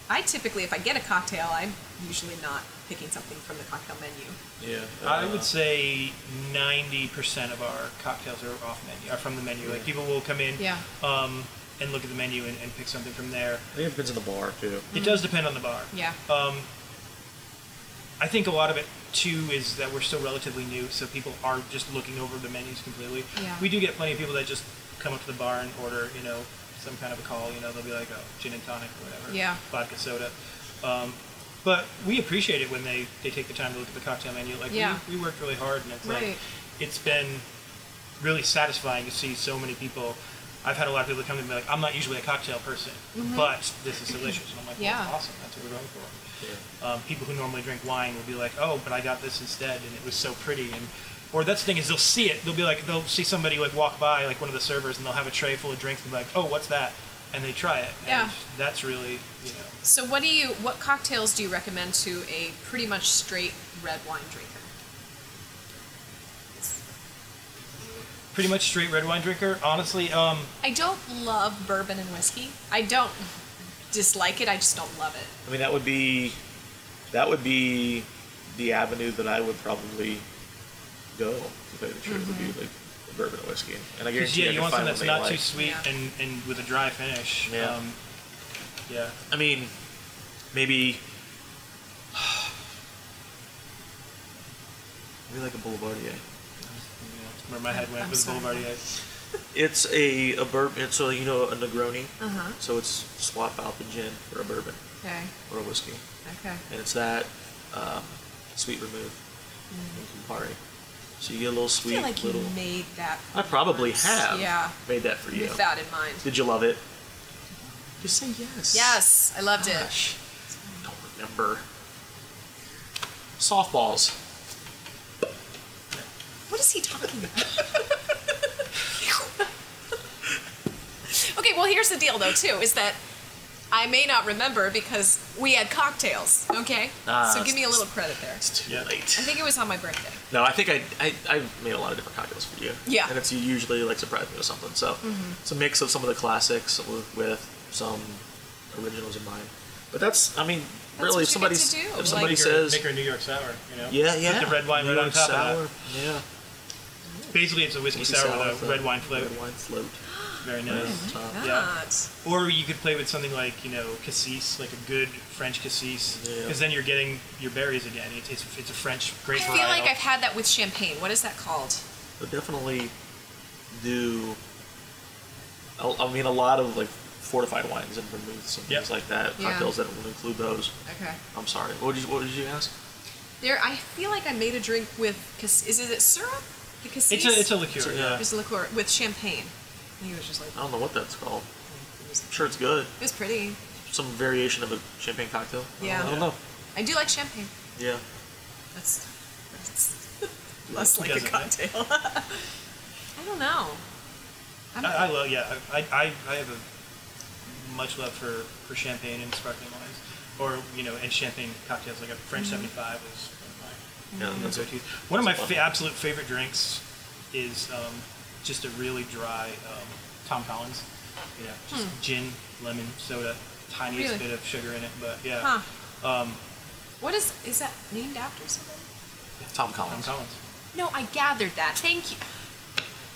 [SPEAKER 1] I typically, if I get a cocktail, I'm usually not picking something from the cocktail menu.
[SPEAKER 2] Yeah.
[SPEAKER 3] I
[SPEAKER 2] uh,
[SPEAKER 3] would say ninety percent of our cocktails are off menu, are from the menu. Like people will come in,
[SPEAKER 1] Yeah.
[SPEAKER 3] um, and look at the menu and, and pick something from there.
[SPEAKER 2] I think it depends on the bar, too.
[SPEAKER 3] It does depend on the bar.
[SPEAKER 1] Mm-hmm. Yeah.
[SPEAKER 3] Um, I think a lot of it too is that we're still relatively new, so people are just looking over the menus completely.
[SPEAKER 1] Yeah.
[SPEAKER 3] We do get plenty of people that just come up to the bar and order, you know, some kind of a call. You know, they'll be like, oh, gin and tonic or whatever.
[SPEAKER 1] Yeah.
[SPEAKER 3] Vodka soda. Um, but we appreciate it when they, they take the time to look at the cocktail menu. Like
[SPEAKER 1] Yeah.
[SPEAKER 3] we, we worked really hard, and it's
[SPEAKER 1] Right.
[SPEAKER 3] like it's been really satisfying to see so many people. I've had a lot of people come to me and be like, I'm not usually a cocktail person, but this is delicious. And I'm like, yeah.
[SPEAKER 1] Mm-hmm. Yeah.
[SPEAKER 3] that's awesome. That's what we're going for. Um, people who normally drink wine will be like, oh, but I got this instead, and it was so pretty. And or that's the thing is they'll see it. They'll be like, they'll see somebody like walk by, like one of the servers, and they'll have a tray full of drinks and be like, oh, what's that? And they try it.
[SPEAKER 1] Yeah.
[SPEAKER 3] And that's really, you know,
[SPEAKER 1] So, what do you, what cocktails do you recommend to a pretty much straight red wine drinker?
[SPEAKER 3] pretty much straight red wine drinker. Honestly, um,
[SPEAKER 1] I don't love bourbon and whiskey. I don't dislike it. I just don't love it.
[SPEAKER 2] I mean, that would be that would be the avenue that I would probably go. To tell you the truth, would be like bourbon and whiskey, and I
[SPEAKER 3] Because,
[SPEAKER 2] guarantee
[SPEAKER 3] yeah,
[SPEAKER 2] I
[SPEAKER 3] you
[SPEAKER 2] could
[SPEAKER 3] want
[SPEAKER 2] find one
[SPEAKER 3] something that's
[SPEAKER 2] they
[SPEAKER 3] not too
[SPEAKER 2] like.
[SPEAKER 3] sweet
[SPEAKER 1] Yeah.
[SPEAKER 3] and, and with a dry finish.
[SPEAKER 2] Yeah.
[SPEAKER 3] Um, yeah.
[SPEAKER 2] I mean, maybe maybe like a Boulevardier.
[SPEAKER 3] Where my head went
[SPEAKER 1] I'm
[SPEAKER 3] with
[SPEAKER 1] sorry.
[SPEAKER 3] Boulevardier.
[SPEAKER 2] It's a a bourbon. It's so you know a Negroni.
[SPEAKER 1] Uh huh.
[SPEAKER 2] So it's swap out the gin for a bourbon
[SPEAKER 1] Okay.
[SPEAKER 2] or a whiskey,
[SPEAKER 1] Okay.
[SPEAKER 2] and it's that um, sweet remove and Campari. So you get a little
[SPEAKER 1] I
[SPEAKER 2] sweet,
[SPEAKER 1] feel like
[SPEAKER 2] little.
[SPEAKER 1] you made that.
[SPEAKER 2] I probably
[SPEAKER 1] once.
[SPEAKER 2] have
[SPEAKER 1] Yeah.
[SPEAKER 2] made that for you.
[SPEAKER 1] With that in mind.
[SPEAKER 2] Did you love it? Just say yes.
[SPEAKER 1] Yes, I loved it.
[SPEAKER 2] Gosh, I don't remember. Softballs.
[SPEAKER 1] What is he talking about? okay, well, here's the deal, though, too, is that I may not remember because we had cocktails, okay?
[SPEAKER 2] Ah,
[SPEAKER 1] so give me a little credit there.
[SPEAKER 2] It's too
[SPEAKER 3] Yeah.
[SPEAKER 1] I
[SPEAKER 2] late.
[SPEAKER 1] think it was on my birthday.
[SPEAKER 2] No, I think I, I I've made a lot of different cocktails for you.
[SPEAKER 1] Yeah. Mm-hmm.
[SPEAKER 2] And it's usually like surprise me with something. So it's a mix of some of the classics with, with some originals of mine. But that's I mean
[SPEAKER 1] That's
[SPEAKER 2] really
[SPEAKER 1] what
[SPEAKER 2] if
[SPEAKER 1] you
[SPEAKER 2] somebody
[SPEAKER 1] get
[SPEAKER 2] s-
[SPEAKER 1] to do,
[SPEAKER 2] if
[SPEAKER 1] like-
[SPEAKER 2] somebody
[SPEAKER 3] Make her-
[SPEAKER 2] says
[SPEAKER 3] make her a New York sour. You know.
[SPEAKER 2] yeah
[SPEAKER 3] Put
[SPEAKER 2] yeah
[SPEAKER 3] the red wine
[SPEAKER 2] New
[SPEAKER 3] right on
[SPEAKER 2] York
[SPEAKER 3] top
[SPEAKER 2] sour.
[SPEAKER 3] of
[SPEAKER 2] Yeah.
[SPEAKER 3] that. Basically, it's a whiskey, sour, with a red wine float.
[SPEAKER 2] Red wine float.
[SPEAKER 3] Very
[SPEAKER 2] Right
[SPEAKER 3] nice.
[SPEAKER 2] on top.
[SPEAKER 1] That.
[SPEAKER 3] Or you could play with something like you know cassis, like a good French cassis,
[SPEAKER 2] Yeah.
[SPEAKER 3] because then you're getting your berries again. It's it's, it's a French
[SPEAKER 1] I
[SPEAKER 3] grape
[SPEAKER 1] feel
[SPEAKER 3] varietal.
[SPEAKER 1] like I've had that with champagne. What is that called?
[SPEAKER 2] But definitely do. I I mean, a lot of like fortified wines and vermouths and things
[SPEAKER 3] Yep.
[SPEAKER 2] like that.
[SPEAKER 1] Yeah.
[SPEAKER 2] Cocktails that will include those.
[SPEAKER 1] Okay.
[SPEAKER 2] I'm sorry. What did you What did you ask?
[SPEAKER 1] There, I feel like I made a drink with, cas- is it syrup? The
[SPEAKER 3] it's
[SPEAKER 1] cassis?
[SPEAKER 3] a it's a uh, liqueur.
[SPEAKER 2] It's a-
[SPEAKER 3] yeah.
[SPEAKER 1] It's a liqueur with champagne. And he was just like, "Oh,
[SPEAKER 3] Oh.
[SPEAKER 2] I don't know what that's called.
[SPEAKER 1] it was,
[SPEAKER 2] I'm sure it's good.
[SPEAKER 1] it was pretty.
[SPEAKER 2] Some variation of a champagne cocktail. I
[SPEAKER 1] Yeah.
[SPEAKER 2] don't, I don't know.
[SPEAKER 1] I do like champagne.
[SPEAKER 2] Yeah.
[SPEAKER 1] That's, that's less like a
[SPEAKER 3] Doesn't matter.
[SPEAKER 1] cocktail. I don't know. I'm,
[SPEAKER 3] I, I love yeah. I, I I have a much love for for champagne and sparkling wines, or you know, and champagne cocktails like a French
[SPEAKER 1] Mm-hmm.
[SPEAKER 3] seventy five is one of my
[SPEAKER 2] Yeah. That's
[SPEAKER 3] go
[SPEAKER 2] it.
[SPEAKER 3] to. One of my
[SPEAKER 2] That's a fun
[SPEAKER 3] fa- absolute favorite drinks is um, just a really dry um, Tom Collins. Yeah, just gin, lemon, soda, tiniest
[SPEAKER 1] Hmm. Really?
[SPEAKER 3] bit of sugar in it, but yeah,
[SPEAKER 1] huh.
[SPEAKER 3] um,
[SPEAKER 1] What is is that named after someone?
[SPEAKER 2] Tom
[SPEAKER 3] Tom
[SPEAKER 2] Collins.
[SPEAKER 3] Collins.
[SPEAKER 1] No, I gathered that. Thank you,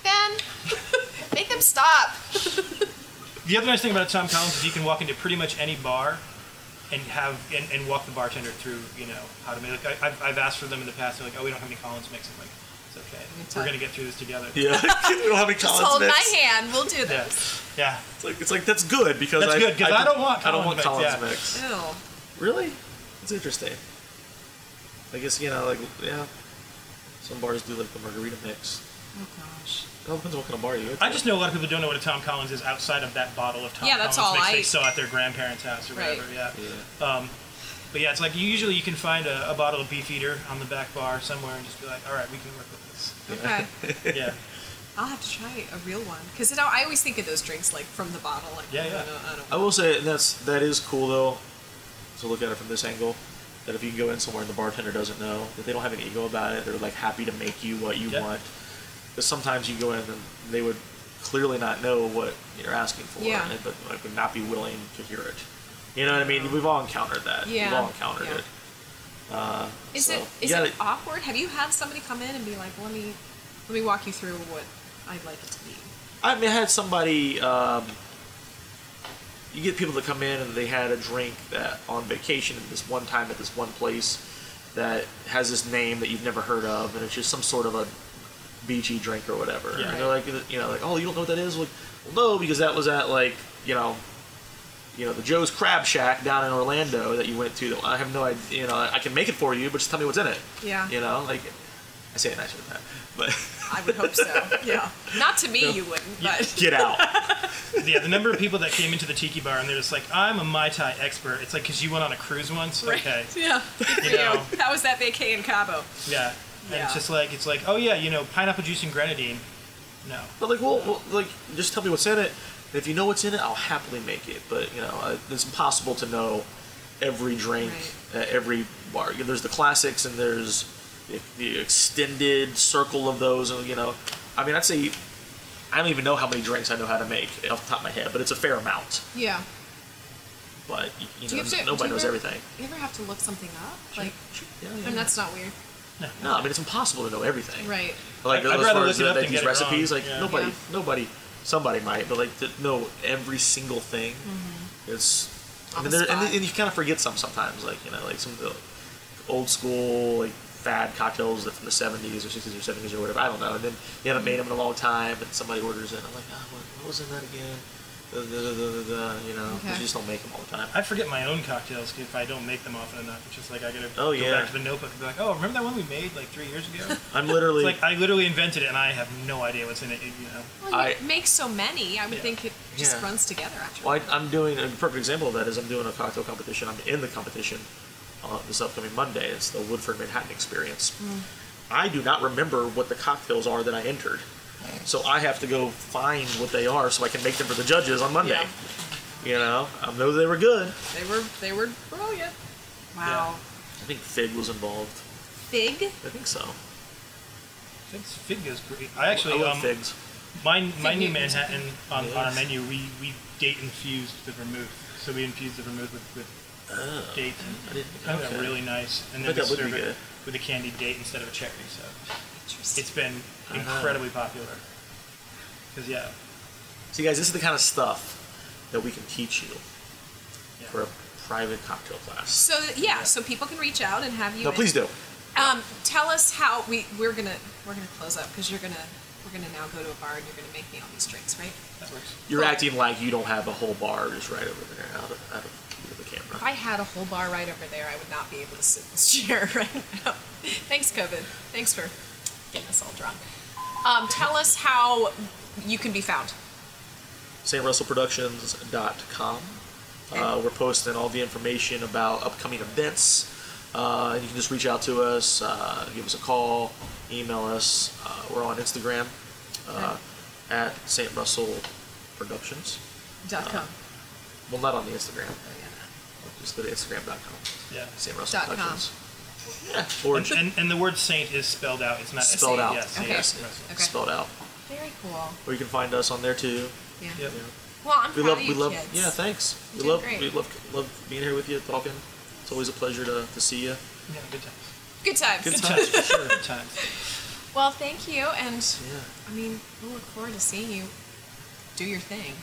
[SPEAKER 1] Ben. Make them stop.
[SPEAKER 3] The other nice thing about Tom Collins is you can walk into pretty much any bar and have and, and walk the bartender through, you know, how to make. Like I, I've, I've asked for them in the past. They're like, oh, we don't have any Collins mix. I'm like, it's okay.
[SPEAKER 1] It's
[SPEAKER 3] We're
[SPEAKER 1] all-
[SPEAKER 3] gonna get through this together.
[SPEAKER 2] Yeah. we don't have any
[SPEAKER 1] Just
[SPEAKER 2] Collins
[SPEAKER 1] hold
[SPEAKER 2] mix.
[SPEAKER 1] my hand. We'll do
[SPEAKER 3] Yeah,
[SPEAKER 1] this.
[SPEAKER 3] yeah.
[SPEAKER 2] It's like it's like that's good because
[SPEAKER 3] That's
[SPEAKER 2] I,
[SPEAKER 3] good, 'cause I don't want
[SPEAKER 2] I don't want
[SPEAKER 3] Collins mix,
[SPEAKER 2] Collins
[SPEAKER 1] Ew.
[SPEAKER 2] mix.
[SPEAKER 3] yeah.
[SPEAKER 1] Oh,
[SPEAKER 2] Really? It's interesting. I guess you know, like yeah, some bars do like the margarita mix.
[SPEAKER 1] Oh gosh.
[SPEAKER 2] It all depends what kind of bar you go to.
[SPEAKER 3] I just know a lot of people don't know what a Tom Collins is outside of that bottle of Tom
[SPEAKER 1] Yeah, that's
[SPEAKER 3] Collins
[SPEAKER 1] all
[SPEAKER 3] mix
[SPEAKER 1] I-
[SPEAKER 3] they saw at their grandparents' house or
[SPEAKER 1] Right.
[SPEAKER 3] whatever. Yeah.
[SPEAKER 2] Yeah.
[SPEAKER 3] Um, but yeah, it's like usually you can find a, a bottle of Beefeater on the back bar somewhere and just be like, all right, we can work with this.
[SPEAKER 1] Okay.
[SPEAKER 3] Yeah.
[SPEAKER 1] I'll have to try a real one because I always think of those drinks like from the bottle. Like,
[SPEAKER 3] Yeah,
[SPEAKER 1] I
[SPEAKER 3] yeah. Oh,
[SPEAKER 1] don't know. I don't
[SPEAKER 2] I will say that's that is cool though, to look at it from this angle. That if you can go in somewhere and the bartender doesn't know, that they don't have an ego about it, they're like happy to make you what you
[SPEAKER 3] Yeah.
[SPEAKER 2] want. Because sometimes you go in and they would clearly not know what you're asking for,
[SPEAKER 1] Yeah.
[SPEAKER 2] and- but like, would not be willing to hear it. You know what I mean? We've all encountered that. We've
[SPEAKER 1] Yeah,
[SPEAKER 2] all encountered
[SPEAKER 1] yeah.
[SPEAKER 2] it. Uh,
[SPEAKER 1] Is
[SPEAKER 2] so,
[SPEAKER 1] it is
[SPEAKER 2] yeah,
[SPEAKER 1] it awkward? Have you had somebody come in and be like, "Let me let me walk you through what I'd like it to be"?
[SPEAKER 2] I mean, I had somebody. Um, you get people that come in and they had a drink that on vacation at this one time at this one place that has this name that you've never heard of, and it's just some sort of a beachy drink or whatever.
[SPEAKER 3] Yeah.
[SPEAKER 2] And they're like, you know, like, oh, you don't know what that is? Like, well, no, because that was at like, you know, you know, the Joe's Crab Shack down in Orlando that you went to. That I have no idea. You know, I can make it for you, but just tell me what's in it.
[SPEAKER 1] Yeah.
[SPEAKER 2] You know, like, I say it nicer than that, but
[SPEAKER 1] I would hope so. yeah. Not to me, you wouldn't, but
[SPEAKER 2] get out.
[SPEAKER 3] yeah, the number of people that came into the tiki bar and they're just like, I'm a Mai Tai expert. It's like, because you went on a cruise once?
[SPEAKER 1] Right.
[SPEAKER 3] Okay.
[SPEAKER 1] Yeah. Good for
[SPEAKER 3] You
[SPEAKER 1] you.
[SPEAKER 3] know.
[SPEAKER 1] How was that vacay in Cabo?
[SPEAKER 3] Yeah. And
[SPEAKER 1] Yeah.
[SPEAKER 3] it's just like, it's like, oh yeah, you know, pineapple juice and grenadine. No.
[SPEAKER 2] But like, well, well, like, just tell me what's in it. And if you know what's in it, I'll happily make it. But you know, uh, it's impossible to know every drink at every bar. You know, There's the classics, and there's the, the extended circle of those. And you know, I mean, I'd say I don't even know how many drinks I know how to make off the top of my head, but it's a fair amount.
[SPEAKER 1] Yeah.
[SPEAKER 2] But y- you
[SPEAKER 1] Do you
[SPEAKER 2] know,
[SPEAKER 1] have to- do
[SPEAKER 2] nobody
[SPEAKER 1] you
[SPEAKER 2] knows
[SPEAKER 1] ever-
[SPEAKER 2] everything.
[SPEAKER 1] You ever have to look something up? Like,
[SPEAKER 2] Yeah,
[SPEAKER 1] I
[SPEAKER 2] yeah,
[SPEAKER 1] mean,
[SPEAKER 2] yeah.
[SPEAKER 1] that's not weird,
[SPEAKER 2] no, I mean, it's impossible to know everything.
[SPEAKER 1] right?
[SPEAKER 2] like
[SPEAKER 3] I'd- I'd
[SPEAKER 2] as
[SPEAKER 3] rather
[SPEAKER 2] far
[SPEAKER 3] look
[SPEAKER 2] as
[SPEAKER 3] it
[SPEAKER 2] the,
[SPEAKER 3] up
[SPEAKER 2] like,
[SPEAKER 3] than
[SPEAKER 2] these
[SPEAKER 3] get it
[SPEAKER 2] recipes,
[SPEAKER 3] wrong.
[SPEAKER 2] like
[SPEAKER 3] Yeah.
[SPEAKER 2] nobody,
[SPEAKER 1] Yeah.
[SPEAKER 2] nobody, somebody might, but like to know every single thing, it's. I
[SPEAKER 1] Mm-hmm. On
[SPEAKER 2] mean,
[SPEAKER 1] the
[SPEAKER 2] there, and,
[SPEAKER 1] spot.
[SPEAKER 2] and you kind of forget some sometimes, like you know, like some of the old school like fad cocktails that from the seventies or sixties or seventies or whatever. I don't know. And then you haven't made them in a long time, and somebody orders it. And I'm like, oh, what, what was in that again? Da, da, da, da, da, da, you know, 'cause
[SPEAKER 1] Okay.
[SPEAKER 2] you just don't make them all the time.
[SPEAKER 3] I forget my own cocktails if I don't make them often enough. It's just like, I gotta
[SPEAKER 2] Oh,
[SPEAKER 3] go
[SPEAKER 2] yeah.
[SPEAKER 3] back to the notebook and be like, oh, remember that one we made like three years ago? it's
[SPEAKER 2] I'm literally
[SPEAKER 3] like, I literally invented it and I have no idea what's in it, you know.
[SPEAKER 1] Well, you
[SPEAKER 2] I-
[SPEAKER 1] make so many, I would
[SPEAKER 3] Yeah.
[SPEAKER 1] think it just
[SPEAKER 2] Yeah.
[SPEAKER 1] runs together after.
[SPEAKER 2] Well, I, I'm doing a perfect example of that is I'm doing a cocktail competition. I'm in the competition uh, this upcoming Monday. It's the Woodford Manhattan Experience.
[SPEAKER 1] Hmm.
[SPEAKER 2] I do not remember what the cocktails are that I entered, so I have to go find what they are so I can make them for the judges on Monday. You know, I know they were good.
[SPEAKER 1] They were they were brilliant. Wow.
[SPEAKER 2] I think fig was involved.
[SPEAKER 1] Fig.
[SPEAKER 2] I think so.
[SPEAKER 3] Figs, fig goes great. I
[SPEAKER 2] I
[SPEAKER 3] actually,
[SPEAKER 2] love
[SPEAKER 3] um,
[SPEAKER 2] figs.
[SPEAKER 3] my, my
[SPEAKER 1] Fig
[SPEAKER 3] new
[SPEAKER 1] Newtons, I
[SPEAKER 3] Manhattan on, on our
[SPEAKER 2] Yes.
[SPEAKER 3] menu, we, we date infused the vermouth. So we infused the vermouth with, with
[SPEAKER 2] Oh,
[SPEAKER 3] dates and
[SPEAKER 2] I didn't.
[SPEAKER 3] Kind
[SPEAKER 2] okay.
[SPEAKER 3] of really nice, and
[SPEAKER 2] But
[SPEAKER 3] then
[SPEAKER 2] that
[SPEAKER 3] they
[SPEAKER 2] would be
[SPEAKER 3] serve
[SPEAKER 2] good.
[SPEAKER 3] it with a candied date instead of a cherry. So
[SPEAKER 1] Interesting.
[SPEAKER 3] it's been
[SPEAKER 2] Ah.
[SPEAKER 3] incredibly popular. Because yeah,
[SPEAKER 2] See, guys, this is the kind of stuff that we can teach you
[SPEAKER 3] yeah.
[SPEAKER 2] for a private cocktail class.
[SPEAKER 1] so that- yeah, so people can reach out and have you.
[SPEAKER 2] No,
[SPEAKER 1] in.
[SPEAKER 2] please do.
[SPEAKER 1] Um, tell us how we we're gonna we're gonna close up because you're gonna we're gonna now go to a bar and you're gonna make me all these drinks, right?
[SPEAKER 3] that works.
[SPEAKER 2] You're
[SPEAKER 1] Well-
[SPEAKER 2] acting like you don't have a whole bar just right over there out of, out of, out of the
[SPEAKER 1] If
[SPEAKER 2] camera.
[SPEAKER 1] I had a whole bar right over there, I would not be able to sit in this chair right now. Thanks, COVID. Thanks for getting us all drunk. Um, tell us how you can be found.
[SPEAKER 2] SaintRussellProductions.com. Uh, we're posting all the information about upcoming events. Uh, and you can just reach out to us, uh, give us a call, email us. Uh, we're on Instagram uh, at St. Russell Productions.
[SPEAKER 1] Dot com.
[SPEAKER 2] uh, Well, not on the Instagram. Just go to Instagram.com.
[SPEAKER 3] Yeah.
[SPEAKER 2] St. Russell
[SPEAKER 1] Dot com.
[SPEAKER 2] Productions. Yeah. Or
[SPEAKER 3] And, and, and the word saint is spelled out. It's not E
[SPEAKER 2] Spelled out.
[SPEAKER 3] Yes,
[SPEAKER 1] Okay.
[SPEAKER 3] yes.
[SPEAKER 1] Okay.
[SPEAKER 2] spelled out.
[SPEAKER 1] Very cool.
[SPEAKER 2] Or you can find us on there too.
[SPEAKER 1] Yeah.
[SPEAKER 3] Yep.
[SPEAKER 1] Well, I'm
[SPEAKER 2] we
[SPEAKER 1] proud
[SPEAKER 2] love
[SPEAKER 1] of
[SPEAKER 2] we
[SPEAKER 1] you
[SPEAKER 2] love
[SPEAKER 1] kids.
[SPEAKER 2] yeah thanks
[SPEAKER 1] You
[SPEAKER 2] we
[SPEAKER 1] did
[SPEAKER 2] love
[SPEAKER 1] great.
[SPEAKER 2] we love love being here with you talking it's always a pleasure to, to see you
[SPEAKER 3] Yeah, good times.
[SPEAKER 1] Good times.
[SPEAKER 3] Good times for sure. Good times.
[SPEAKER 1] Well, thank you, and
[SPEAKER 2] yeah
[SPEAKER 1] I mean, we'll look forward to seeing you do your thing.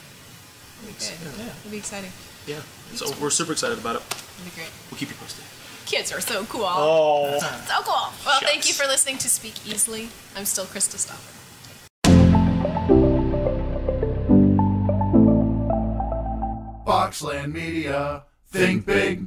[SPEAKER 1] It'll be good.
[SPEAKER 3] Yeah.
[SPEAKER 1] It'll be exciting.
[SPEAKER 2] yeah so we're super excited about it
[SPEAKER 1] It'll be great.
[SPEAKER 2] we'll keep you posted
[SPEAKER 1] Kids are so cool.
[SPEAKER 2] oh
[SPEAKER 1] So cool. Well, thank you
[SPEAKER 2] Shucks.
[SPEAKER 1] for listening to Speak Easily. I'm still Krista Stoffer.
[SPEAKER 5] Foxland Media. Think big.